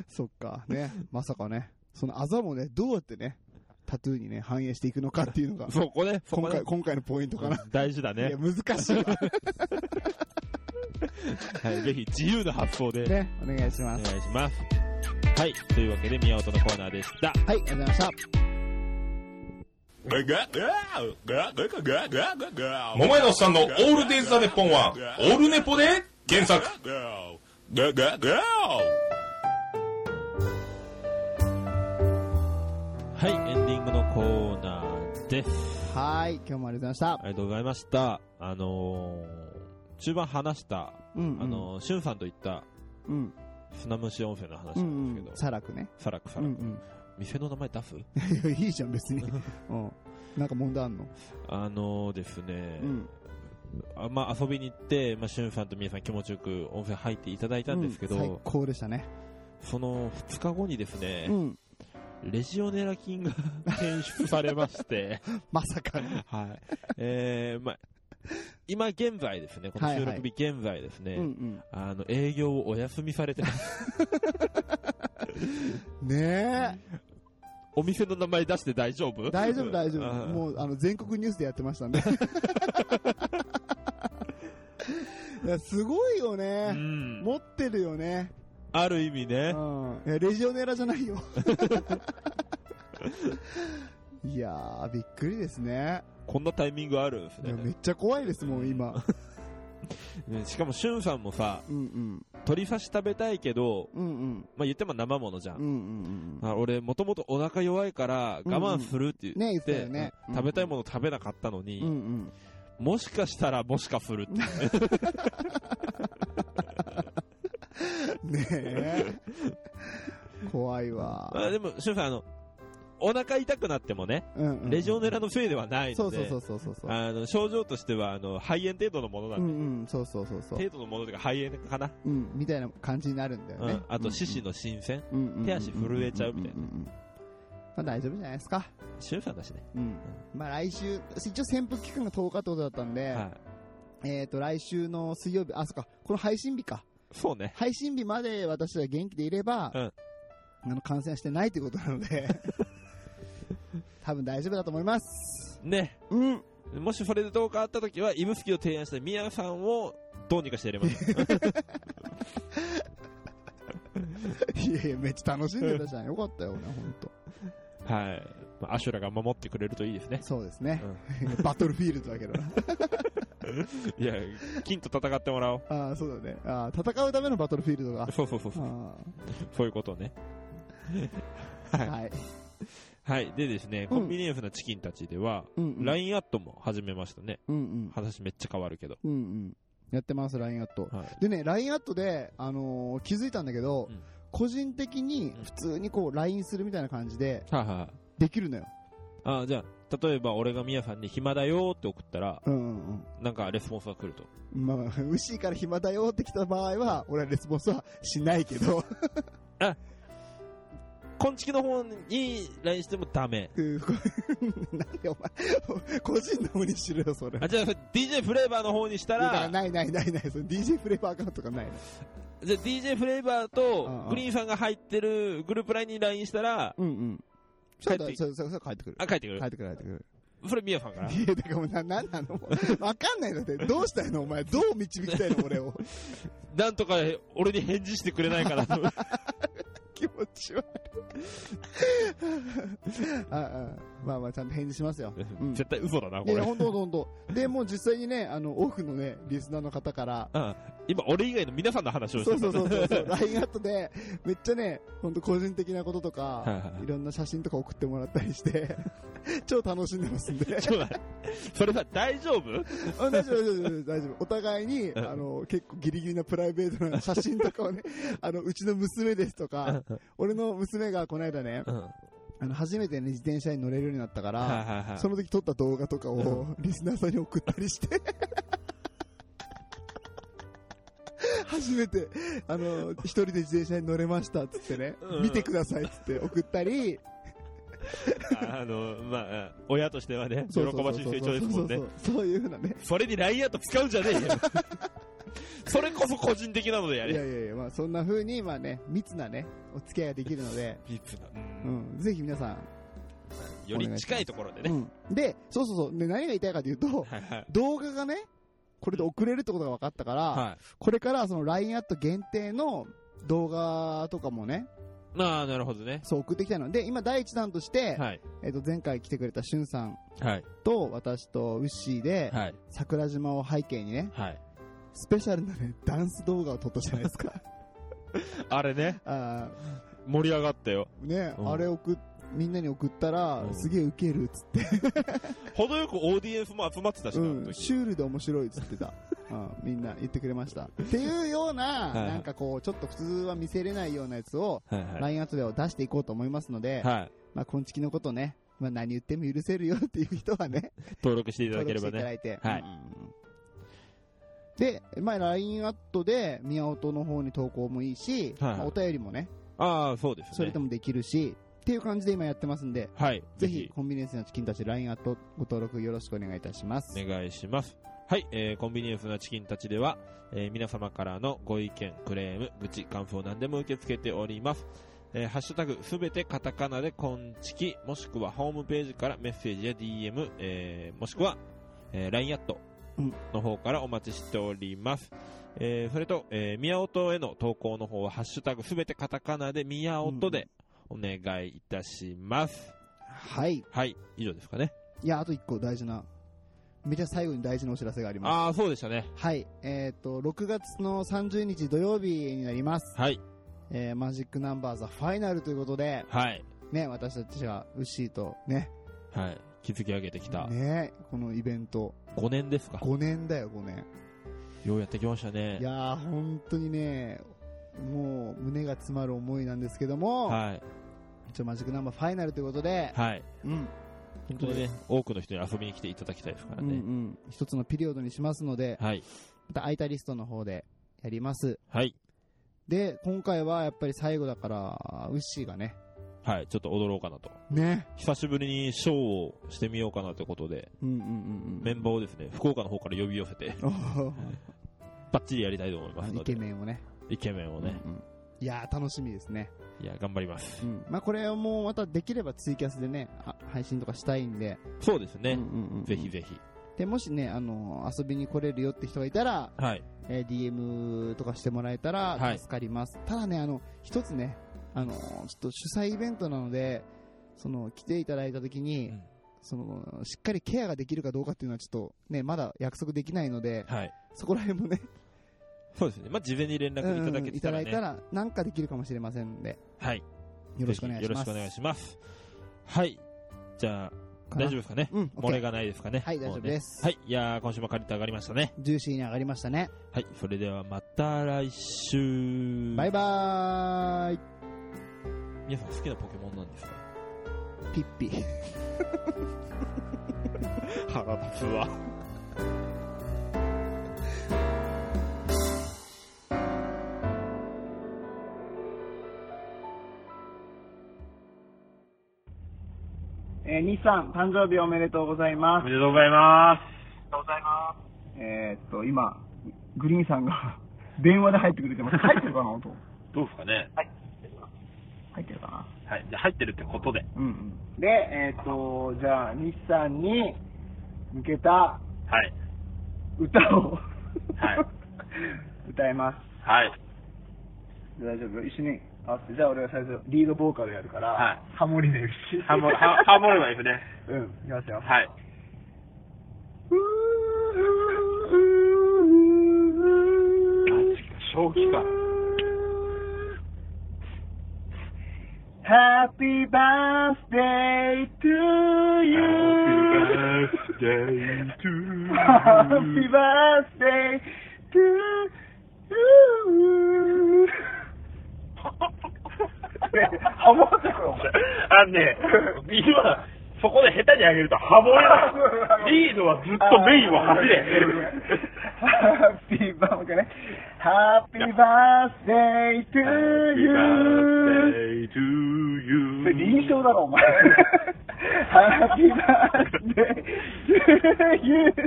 [SPEAKER 1] そっか、ね、まさかね、そのあざもね、どうやってね、タトゥーにね、反映していくのかっていうのが、
[SPEAKER 2] そこね、そ
[SPEAKER 1] 今
[SPEAKER 2] こね
[SPEAKER 1] 回、今回のポイントかな。
[SPEAKER 2] うん大事だ
[SPEAKER 1] い
[SPEAKER 2] ね
[SPEAKER 1] や、。難しいわ。
[SPEAKER 2] はい、ぜひ自由な発想で
[SPEAKER 1] ね、お願いし
[SPEAKER 2] お
[SPEAKER 1] ます。
[SPEAKER 2] 願いします。はい、というわけで宮本のコーナーでした。
[SPEAKER 1] はい、ありがとうございました。
[SPEAKER 6] 桃屋のおっさんのオールデイズ・ザ・ネッポンは、オールネポで原作。
[SPEAKER 2] はい、エンディングのコーナーです。
[SPEAKER 1] はい、今日もありがとうござい
[SPEAKER 2] あ
[SPEAKER 1] まし
[SPEAKER 2] りがとうございました。あのー、中盤話した、
[SPEAKER 1] た。うん、うん。
[SPEAKER 2] あのー、しゅんさんと行った
[SPEAKER 1] うん、
[SPEAKER 2] 砂むし温泉の
[SPEAKER 1] う
[SPEAKER 2] 話なん
[SPEAKER 1] ん
[SPEAKER 2] です
[SPEAKER 1] う
[SPEAKER 2] け
[SPEAKER 1] ん。
[SPEAKER 2] ど、
[SPEAKER 1] さらくね。
[SPEAKER 2] さらくさ
[SPEAKER 1] うん
[SPEAKER 2] ら
[SPEAKER 1] う
[SPEAKER 2] く。
[SPEAKER 1] ん。
[SPEAKER 2] 店の名前出す
[SPEAKER 1] いやいいじゃん、 別 に。うん。なんか問題あんの
[SPEAKER 2] あのですね、
[SPEAKER 1] うん
[SPEAKER 2] あまあ、遊びに行って、まあ、しゅんさんとみやさん気持ちよく温泉入っていただいたんですけど、
[SPEAKER 1] うん最高でしたね。
[SPEAKER 2] その2日後にですね
[SPEAKER 1] う、ん。
[SPEAKER 2] レジオネラ菌が検出され まして、
[SPEAKER 1] まさかの。
[SPEAKER 2] はい。えー、まあ、今現在ですね、この収録日現在ですね、
[SPEAKER 1] うんうん。
[SPEAKER 2] あの、営業をお休みされてます。
[SPEAKER 1] ね
[SPEAKER 2] お店の名前出して大丈
[SPEAKER 1] え。
[SPEAKER 2] 夫
[SPEAKER 1] 大丈夫、大丈夫。
[SPEAKER 2] あー
[SPEAKER 1] もう、あの、全国ニュースでやってましたん で。いや、すごいよ
[SPEAKER 2] う
[SPEAKER 1] ね。
[SPEAKER 2] ん。
[SPEAKER 1] 持ってるよね。
[SPEAKER 2] ある意味
[SPEAKER 1] う
[SPEAKER 2] ね。
[SPEAKER 1] ん。いや、レジオネラじゃ ないよ。いやー、びっくりですね。
[SPEAKER 2] こんなタイミングあるんです
[SPEAKER 1] いやめ
[SPEAKER 2] ね
[SPEAKER 1] っちゃ怖いですもん、今。
[SPEAKER 2] ね。しかも、しゅんさんもさ、
[SPEAKER 1] うんうん。
[SPEAKER 2] 鶏刺し食べたいけど、
[SPEAKER 1] うんうん。
[SPEAKER 2] まあ、言っても生ものじゃ
[SPEAKER 1] うん
[SPEAKER 2] ん。
[SPEAKER 1] うんうん。
[SPEAKER 2] あ俺、もともとお腹弱いから我慢するって言
[SPEAKER 1] ね、言
[SPEAKER 2] っ
[SPEAKER 1] ってた
[SPEAKER 2] て
[SPEAKER 1] よ、ね。
[SPEAKER 2] 食べたいもの食べなかったのに、
[SPEAKER 1] うんうん。
[SPEAKER 2] もしかしたらもしかするっていうね
[SPEAKER 1] ねえ。 怖いわ。
[SPEAKER 2] まあでも、しゅんさん、あの、お腹痛くなってもね、
[SPEAKER 1] うんうんうん
[SPEAKER 2] レジオネラのせいではない
[SPEAKER 1] そ
[SPEAKER 2] の
[SPEAKER 1] う
[SPEAKER 2] で、
[SPEAKER 1] そうそうそうそうそう。
[SPEAKER 2] あの症状としてはあの肺炎程度のものなん
[SPEAKER 1] う
[SPEAKER 2] で、
[SPEAKER 1] んうん、そうそうそうそう。
[SPEAKER 2] 程度のものというか肺炎かな、
[SPEAKER 1] うん、みたいな感じになるんだよ
[SPEAKER 2] う
[SPEAKER 1] ね
[SPEAKER 2] ん。あと四肢の新鮮、
[SPEAKER 1] うんうんうんうんうんうん、
[SPEAKER 2] 手足震えちゃうみたいな
[SPEAKER 1] な。まあ大丈夫じゃないですか。
[SPEAKER 2] シュンさんだしね、
[SPEAKER 1] うん。まあ来週、一応潜伏期間が10日ってことだったんで、
[SPEAKER 2] はい、
[SPEAKER 1] えっと来週の水曜日、あ、そっか、この配信日か。
[SPEAKER 2] そうね、
[SPEAKER 1] 配信日まで私は元気でいれば、
[SPEAKER 2] うん
[SPEAKER 1] あの感染してないってことなので、多分大丈夫だと思い ます。
[SPEAKER 2] ね、
[SPEAKER 1] うん。
[SPEAKER 2] もしそれでどうかあったときは、指宿を提案した宮さんをどうにかしてやり ましょう
[SPEAKER 1] いやいや、めっちゃ楽しんでたじゃん。よかったよね、ほんと。
[SPEAKER 2] はい、まあアシュラが守ってくれるといいですね、
[SPEAKER 1] そうですね。 バトルフィールドだけどな。
[SPEAKER 2] いや、金と戦ってもらおう、
[SPEAKER 1] ああ、そうだね。ああ、戦うためのバトルフィールドが。
[SPEAKER 2] そうそうそうそう、
[SPEAKER 1] あ
[SPEAKER 2] そういうことをね。
[SPEAKER 1] あ はい。
[SPEAKER 2] はい。でですね、コンビニエンスなチキンたちでは、
[SPEAKER 1] うんうん。
[SPEAKER 2] LINE アットも始めましたね。
[SPEAKER 1] うんうん。
[SPEAKER 2] 話めっちゃ変わるけど。
[SPEAKER 1] うんうん。やってます、LINE アット。
[SPEAKER 2] はい。
[SPEAKER 1] でね、LINE アットで、あのー気づいたんだけど、
[SPEAKER 2] うん
[SPEAKER 1] 個人的に
[SPEAKER 2] うん
[SPEAKER 1] 普通にこう、LINE するみたいな感じで、
[SPEAKER 2] はいはい。
[SPEAKER 1] できるのよ。
[SPEAKER 2] あじゃあ、例えば俺がみやさんに暇だよって送ったら、
[SPEAKER 1] うんうん
[SPEAKER 2] なんかレスポンスが来ると。
[SPEAKER 1] うん。まあ、牛から暇だよって来た場合は、俺はレスポンスはしないけど、
[SPEAKER 2] 今月の方に LINE してもダメ。
[SPEAKER 1] うんこなんでお前、個人の方にしろよ、それ。
[SPEAKER 2] あ、じゃあ、DJ フレーバーの方にした
[SPEAKER 1] いやだから
[SPEAKER 2] ら、
[SPEAKER 1] ないないないない、その DJ フレーバーアカウントがないの。
[SPEAKER 2] じゃあ DJ フレーバー
[SPEAKER 1] うんう
[SPEAKER 2] と
[SPEAKER 1] ん
[SPEAKER 2] グリーンさんが入ってるグループ LINE に LINE したら、
[SPEAKER 1] うんうん。
[SPEAKER 2] 帰
[SPEAKER 1] そう
[SPEAKER 2] って
[SPEAKER 1] だ、そうそうそう、帰ってくる。
[SPEAKER 2] あ、帰ってくる
[SPEAKER 1] 帰。ってくる、帰ってくる。
[SPEAKER 2] それみやさんから。
[SPEAKER 1] いや、だからもうな、なんなのわかんないんだって。どうしたいのお前。どう導きたいの俺を。
[SPEAKER 2] なんとか俺に返事してくれないかなと。
[SPEAKER 1] 気持ち悪い。ああ、まあまあ、ちゃんと返事しますよ。うん
[SPEAKER 2] 絶対嘘だな、こ
[SPEAKER 1] いや、
[SPEAKER 2] れ。
[SPEAKER 1] 本当本当。で、もう実際にね、あの、多くのね、リスナーの方から、
[SPEAKER 2] うん今、俺以外の皆さんの話をして
[SPEAKER 1] そう
[SPEAKER 2] た。
[SPEAKER 1] そうそうそう そう、LINE アットで、めっちゃね、本当個人的なことと
[SPEAKER 2] はい
[SPEAKER 1] か
[SPEAKER 2] は、い
[SPEAKER 1] いろんな写真とか送ってもらったりして、 超楽しんでますんで。
[SPEAKER 2] ちょっと待ってそれは大丈夫
[SPEAKER 1] あ大丈夫、大丈夫、大丈夫。お互いに、
[SPEAKER 2] ん
[SPEAKER 1] あの、結構ギリギリなプライベートな写真とかをね、あの、うちの娘ですとか、俺の娘がこの間ね、
[SPEAKER 2] うん。はい
[SPEAKER 1] あの、初めてね、自転車に乗れるようになったか
[SPEAKER 2] は
[SPEAKER 1] ら、
[SPEAKER 2] いはい。
[SPEAKER 1] その時撮った動画とかを、リスナーさんに送ったり して、初めて、あの、一人で自転車に乗れましたっつってね、
[SPEAKER 2] うん
[SPEAKER 1] 見てくださいっつって送ったり、
[SPEAKER 2] ああの、まあ、親としてはね、喜
[SPEAKER 1] そうそう
[SPEAKER 2] ば
[SPEAKER 1] そう
[SPEAKER 2] しい
[SPEAKER 1] そう
[SPEAKER 2] 成長ですもんね
[SPEAKER 1] そ。うそうそうそういうふうなね、
[SPEAKER 2] それにラインアット使うんじゃ ねえよ。それこそ個人的なのでや
[SPEAKER 1] いや
[SPEAKER 2] れ。
[SPEAKER 1] いやいや、まあ、そんな風に、まあね、密なね、お付き合いができるので、
[SPEAKER 2] ビップな。う
[SPEAKER 1] うんん、ぜひ皆さん、
[SPEAKER 2] より近いところでね。
[SPEAKER 1] うん、で、そうそうそう、ね、何が言いたいかというと、
[SPEAKER 2] はいはい。
[SPEAKER 1] 動画がね、これで送れるってことが分かったから、
[SPEAKER 2] は
[SPEAKER 1] これからその LINE アット限定の動画とかもね、
[SPEAKER 2] い。まあ、なるほどね。
[SPEAKER 1] そう送ってきたので、今第一弾として、
[SPEAKER 2] はい。
[SPEAKER 1] えっ、と、前回来てくれたしゅんさん
[SPEAKER 2] はい。
[SPEAKER 1] と私とウッシーで、
[SPEAKER 2] はい。
[SPEAKER 1] 桜島を背景にね、
[SPEAKER 2] はい。
[SPEAKER 1] スペシャルなね、 ダンス動画を撮ったじゃないです か。
[SPEAKER 2] あれね、
[SPEAKER 1] あ
[SPEAKER 2] 盛り上がったよ。
[SPEAKER 1] ーね、
[SPEAKER 2] うん
[SPEAKER 1] あれ送っみんなに送ったら、
[SPEAKER 2] うん
[SPEAKER 1] すげえウケるっつって
[SPEAKER 2] 程よくオーディエンスも集まってたしな、あ
[SPEAKER 1] う
[SPEAKER 2] の
[SPEAKER 1] ん、
[SPEAKER 2] 時
[SPEAKER 1] シュールで面白いっつって た、うん、みんな言ってくれましたっていうような、
[SPEAKER 2] はいはい
[SPEAKER 1] なんかこうちょっと普通は見せれないようなやつを
[SPEAKER 2] はい
[SPEAKER 1] LINE アットでは出していこうと思いますので、
[SPEAKER 2] はい。
[SPEAKER 1] まあ、今月のことね、まあ、何言っても許せるよっていう人はね
[SPEAKER 2] 登録していただ
[SPEAKER 1] 登
[SPEAKER 2] け
[SPEAKER 1] 録
[SPEAKER 2] れ
[SPEAKER 1] して
[SPEAKER 2] ば
[SPEAKER 1] いただ
[SPEAKER 2] ね。
[SPEAKER 1] いて、
[SPEAKER 2] はい
[SPEAKER 1] うんうんうんで、まあ、LINE アットで宮音の方に投稿もいいし、
[SPEAKER 2] はいはい
[SPEAKER 1] まあお便りもね
[SPEAKER 2] ああ、そうですね。
[SPEAKER 1] それでもできるし、っていう感じで今やってますんで
[SPEAKER 2] はい。
[SPEAKER 1] ぜひコンビニエンスのチキンたち LINE アットご登録よろしくお願いいたします
[SPEAKER 2] お願いします。はい、えーコンビニエンスなチキンたちでは、えー皆様からのご意見、クレーム、愚痴、感想何でも受け付けております。えーハッシュタグ、すべてカタカナでコンチキ、もしくはホームページからメッセージや DM、えーもしくは、えー LINE アット
[SPEAKER 1] うん
[SPEAKER 2] の方からお待ちしております。えーそれと、えー宮音への投稿の方は、ハッシュタグ、すべてカタカナで宮音でお願いいたします。
[SPEAKER 1] はい
[SPEAKER 2] はい、以上ですかね。
[SPEAKER 1] いや、あと一個大事な、めちゃ最後に大事なお知らせがありま
[SPEAKER 2] ああ、そうでしたね。
[SPEAKER 1] す。はい、えっ、と、6月の30日土曜日になります。
[SPEAKER 2] はい、
[SPEAKER 1] えーマジックナンバーザファイナルということで、
[SPEAKER 2] はい。
[SPEAKER 1] ね、私たちは、ウッシーとね、
[SPEAKER 2] はい。築き上げてきた。
[SPEAKER 1] ね、このイベント、
[SPEAKER 2] 5年ですか。
[SPEAKER 1] 5年だよ、5年。
[SPEAKER 2] ようやってきましたね
[SPEAKER 1] い。やー、本当にね、もう胸が詰まる思いなんですけども、
[SPEAKER 2] はい。
[SPEAKER 1] 一応マジックナンバーファイナルということで、
[SPEAKER 2] はい。
[SPEAKER 1] うん、
[SPEAKER 2] 本当にね、多くの人に遊びに来ていただきたいですから
[SPEAKER 1] うんう
[SPEAKER 2] ね。
[SPEAKER 1] ん、一つのピリオドにしますので、
[SPEAKER 2] はい。
[SPEAKER 1] また空いたリストの方でやります。
[SPEAKER 2] はい。
[SPEAKER 1] で、今回はやっぱり最後だから、ウッシーがね、
[SPEAKER 2] はい。ちょっと踊ろうかなと。
[SPEAKER 1] ね。
[SPEAKER 2] 久しぶりにショーをしてみようかなということで、
[SPEAKER 1] うんうんうん
[SPEAKER 2] メンバーをですね、福岡の方から呼び寄せて、
[SPEAKER 1] うん。お
[SPEAKER 2] バッチリやりたいと思います
[SPEAKER 1] ーイ
[SPEAKER 2] ので。
[SPEAKER 1] ケメンをね。
[SPEAKER 2] ン。イケメンをね。
[SPEAKER 1] うんうんいやー、楽しみですね。
[SPEAKER 2] いや、頑張ります。
[SPEAKER 1] うん。まあ、これをもうまたできればツイキャスでね、あ配信とかしたいんで。
[SPEAKER 2] そうです
[SPEAKER 1] うん
[SPEAKER 2] ね。
[SPEAKER 1] うんうん
[SPEAKER 2] ぜひぜひ。
[SPEAKER 1] で、もしね、あのー遊びに来れるよって人がいたら、
[SPEAKER 2] はい。
[SPEAKER 1] えー DM とかしてもらえた
[SPEAKER 2] は
[SPEAKER 1] ら
[SPEAKER 2] い
[SPEAKER 1] 助かります。ただね、あの、一つね、あのーちょっと主催イベントなので、その、来ていただいたときに、
[SPEAKER 2] うん
[SPEAKER 1] その、しっかりケアができるかどうかっていうのはちょっとね、まだ約束できないので、
[SPEAKER 2] はい。
[SPEAKER 1] そこら辺もね、
[SPEAKER 2] そうですね。まあ、事前に連絡いただけ
[SPEAKER 1] うんうん
[SPEAKER 2] て
[SPEAKER 1] いた
[SPEAKER 2] たら
[SPEAKER 1] だ
[SPEAKER 2] ね。
[SPEAKER 1] いたら、なんかできるかもしれませんので、
[SPEAKER 2] はい。
[SPEAKER 1] よろしくお願いし
[SPEAKER 2] ぜ
[SPEAKER 1] ま
[SPEAKER 2] ひ
[SPEAKER 1] す。
[SPEAKER 2] よろしくお願いします。はい。じゃあ、
[SPEAKER 1] かな
[SPEAKER 2] 大丈夫ですかね。
[SPEAKER 1] うん、
[SPEAKER 2] 漏れ
[SPEAKER 1] が。
[SPEAKER 2] がないですかね。
[SPEAKER 1] はい大丈夫です
[SPEAKER 2] もうねはい。いやー、今週も借りて上がりましたね。
[SPEAKER 1] ジューシーに上がりましたね。
[SPEAKER 2] はい。それではまた来週。
[SPEAKER 1] バイバーイ。
[SPEAKER 2] 皆さん好きなポケモンなんですか
[SPEAKER 1] ピッ ピ。
[SPEAKER 2] 腹立つわ。
[SPEAKER 7] えー、西さん、誕生日おめでとうございま
[SPEAKER 8] お
[SPEAKER 7] す
[SPEAKER 8] め。でとうございます。
[SPEAKER 7] えー、っと、今、グリーンさんが 電話で入ってくれ てます。入ってるかな、音。
[SPEAKER 8] どうですかね。
[SPEAKER 7] 入ってるかな。
[SPEAKER 8] はい。じゃあ入ってるってことで。
[SPEAKER 7] うんうん。で、えー、っと、じゃあ、西さんに向けた
[SPEAKER 8] はい。
[SPEAKER 7] 歌を、
[SPEAKER 8] はい
[SPEAKER 7] 歌いま
[SPEAKER 8] はい。
[SPEAKER 7] す。大丈夫一緒にあって、じゃあ俺は最初、リードボーカルやるから、
[SPEAKER 8] はい
[SPEAKER 7] ハモリでよし。
[SPEAKER 8] ハモ、ハハモればいいですね。
[SPEAKER 7] うん、いきますよ。
[SPEAKER 8] はい。正気か。
[SPEAKER 7] Happy birthday to you. Happy birthday to you. ハモってこれ
[SPEAKER 8] あのね、今、そこで下手に上げるとハモれない。リードはずっとメインを走れ。
[SPEAKER 7] ハッピーバーね。ハッピーバースデートゥーユー。それ臨床だろ、お前。ハッピーバースデートゥ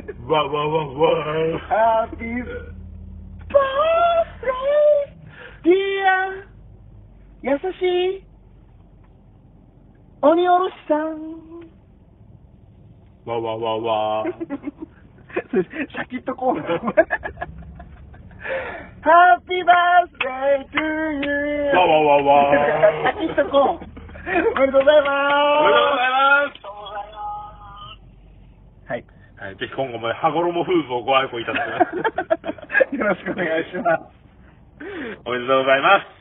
[SPEAKER 7] ーユー。
[SPEAKER 8] わわわわ。
[SPEAKER 7] ハッピーバースデーディア優しい鬼おろしさん。
[SPEAKER 8] わわわわ。
[SPEAKER 7] それシャキッとコーナー。ハッピーバースデートゥーユー。
[SPEAKER 8] わわわわ
[SPEAKER 7] シャキッとコーン。おめでとうござい
[SPEAKER 8] おめでとうご
[SPEAKER 7] ま
[SPEAKER 8] ざいます。
[SPEAKER 7] す。はい。
[SPEAKER 8] はい、ぜひ今後も羽衣フーズを ご愛顧いただきます。
[SPEAKER 7] よろしくお願いします。
[SPEAKER 8] おめでとうございます。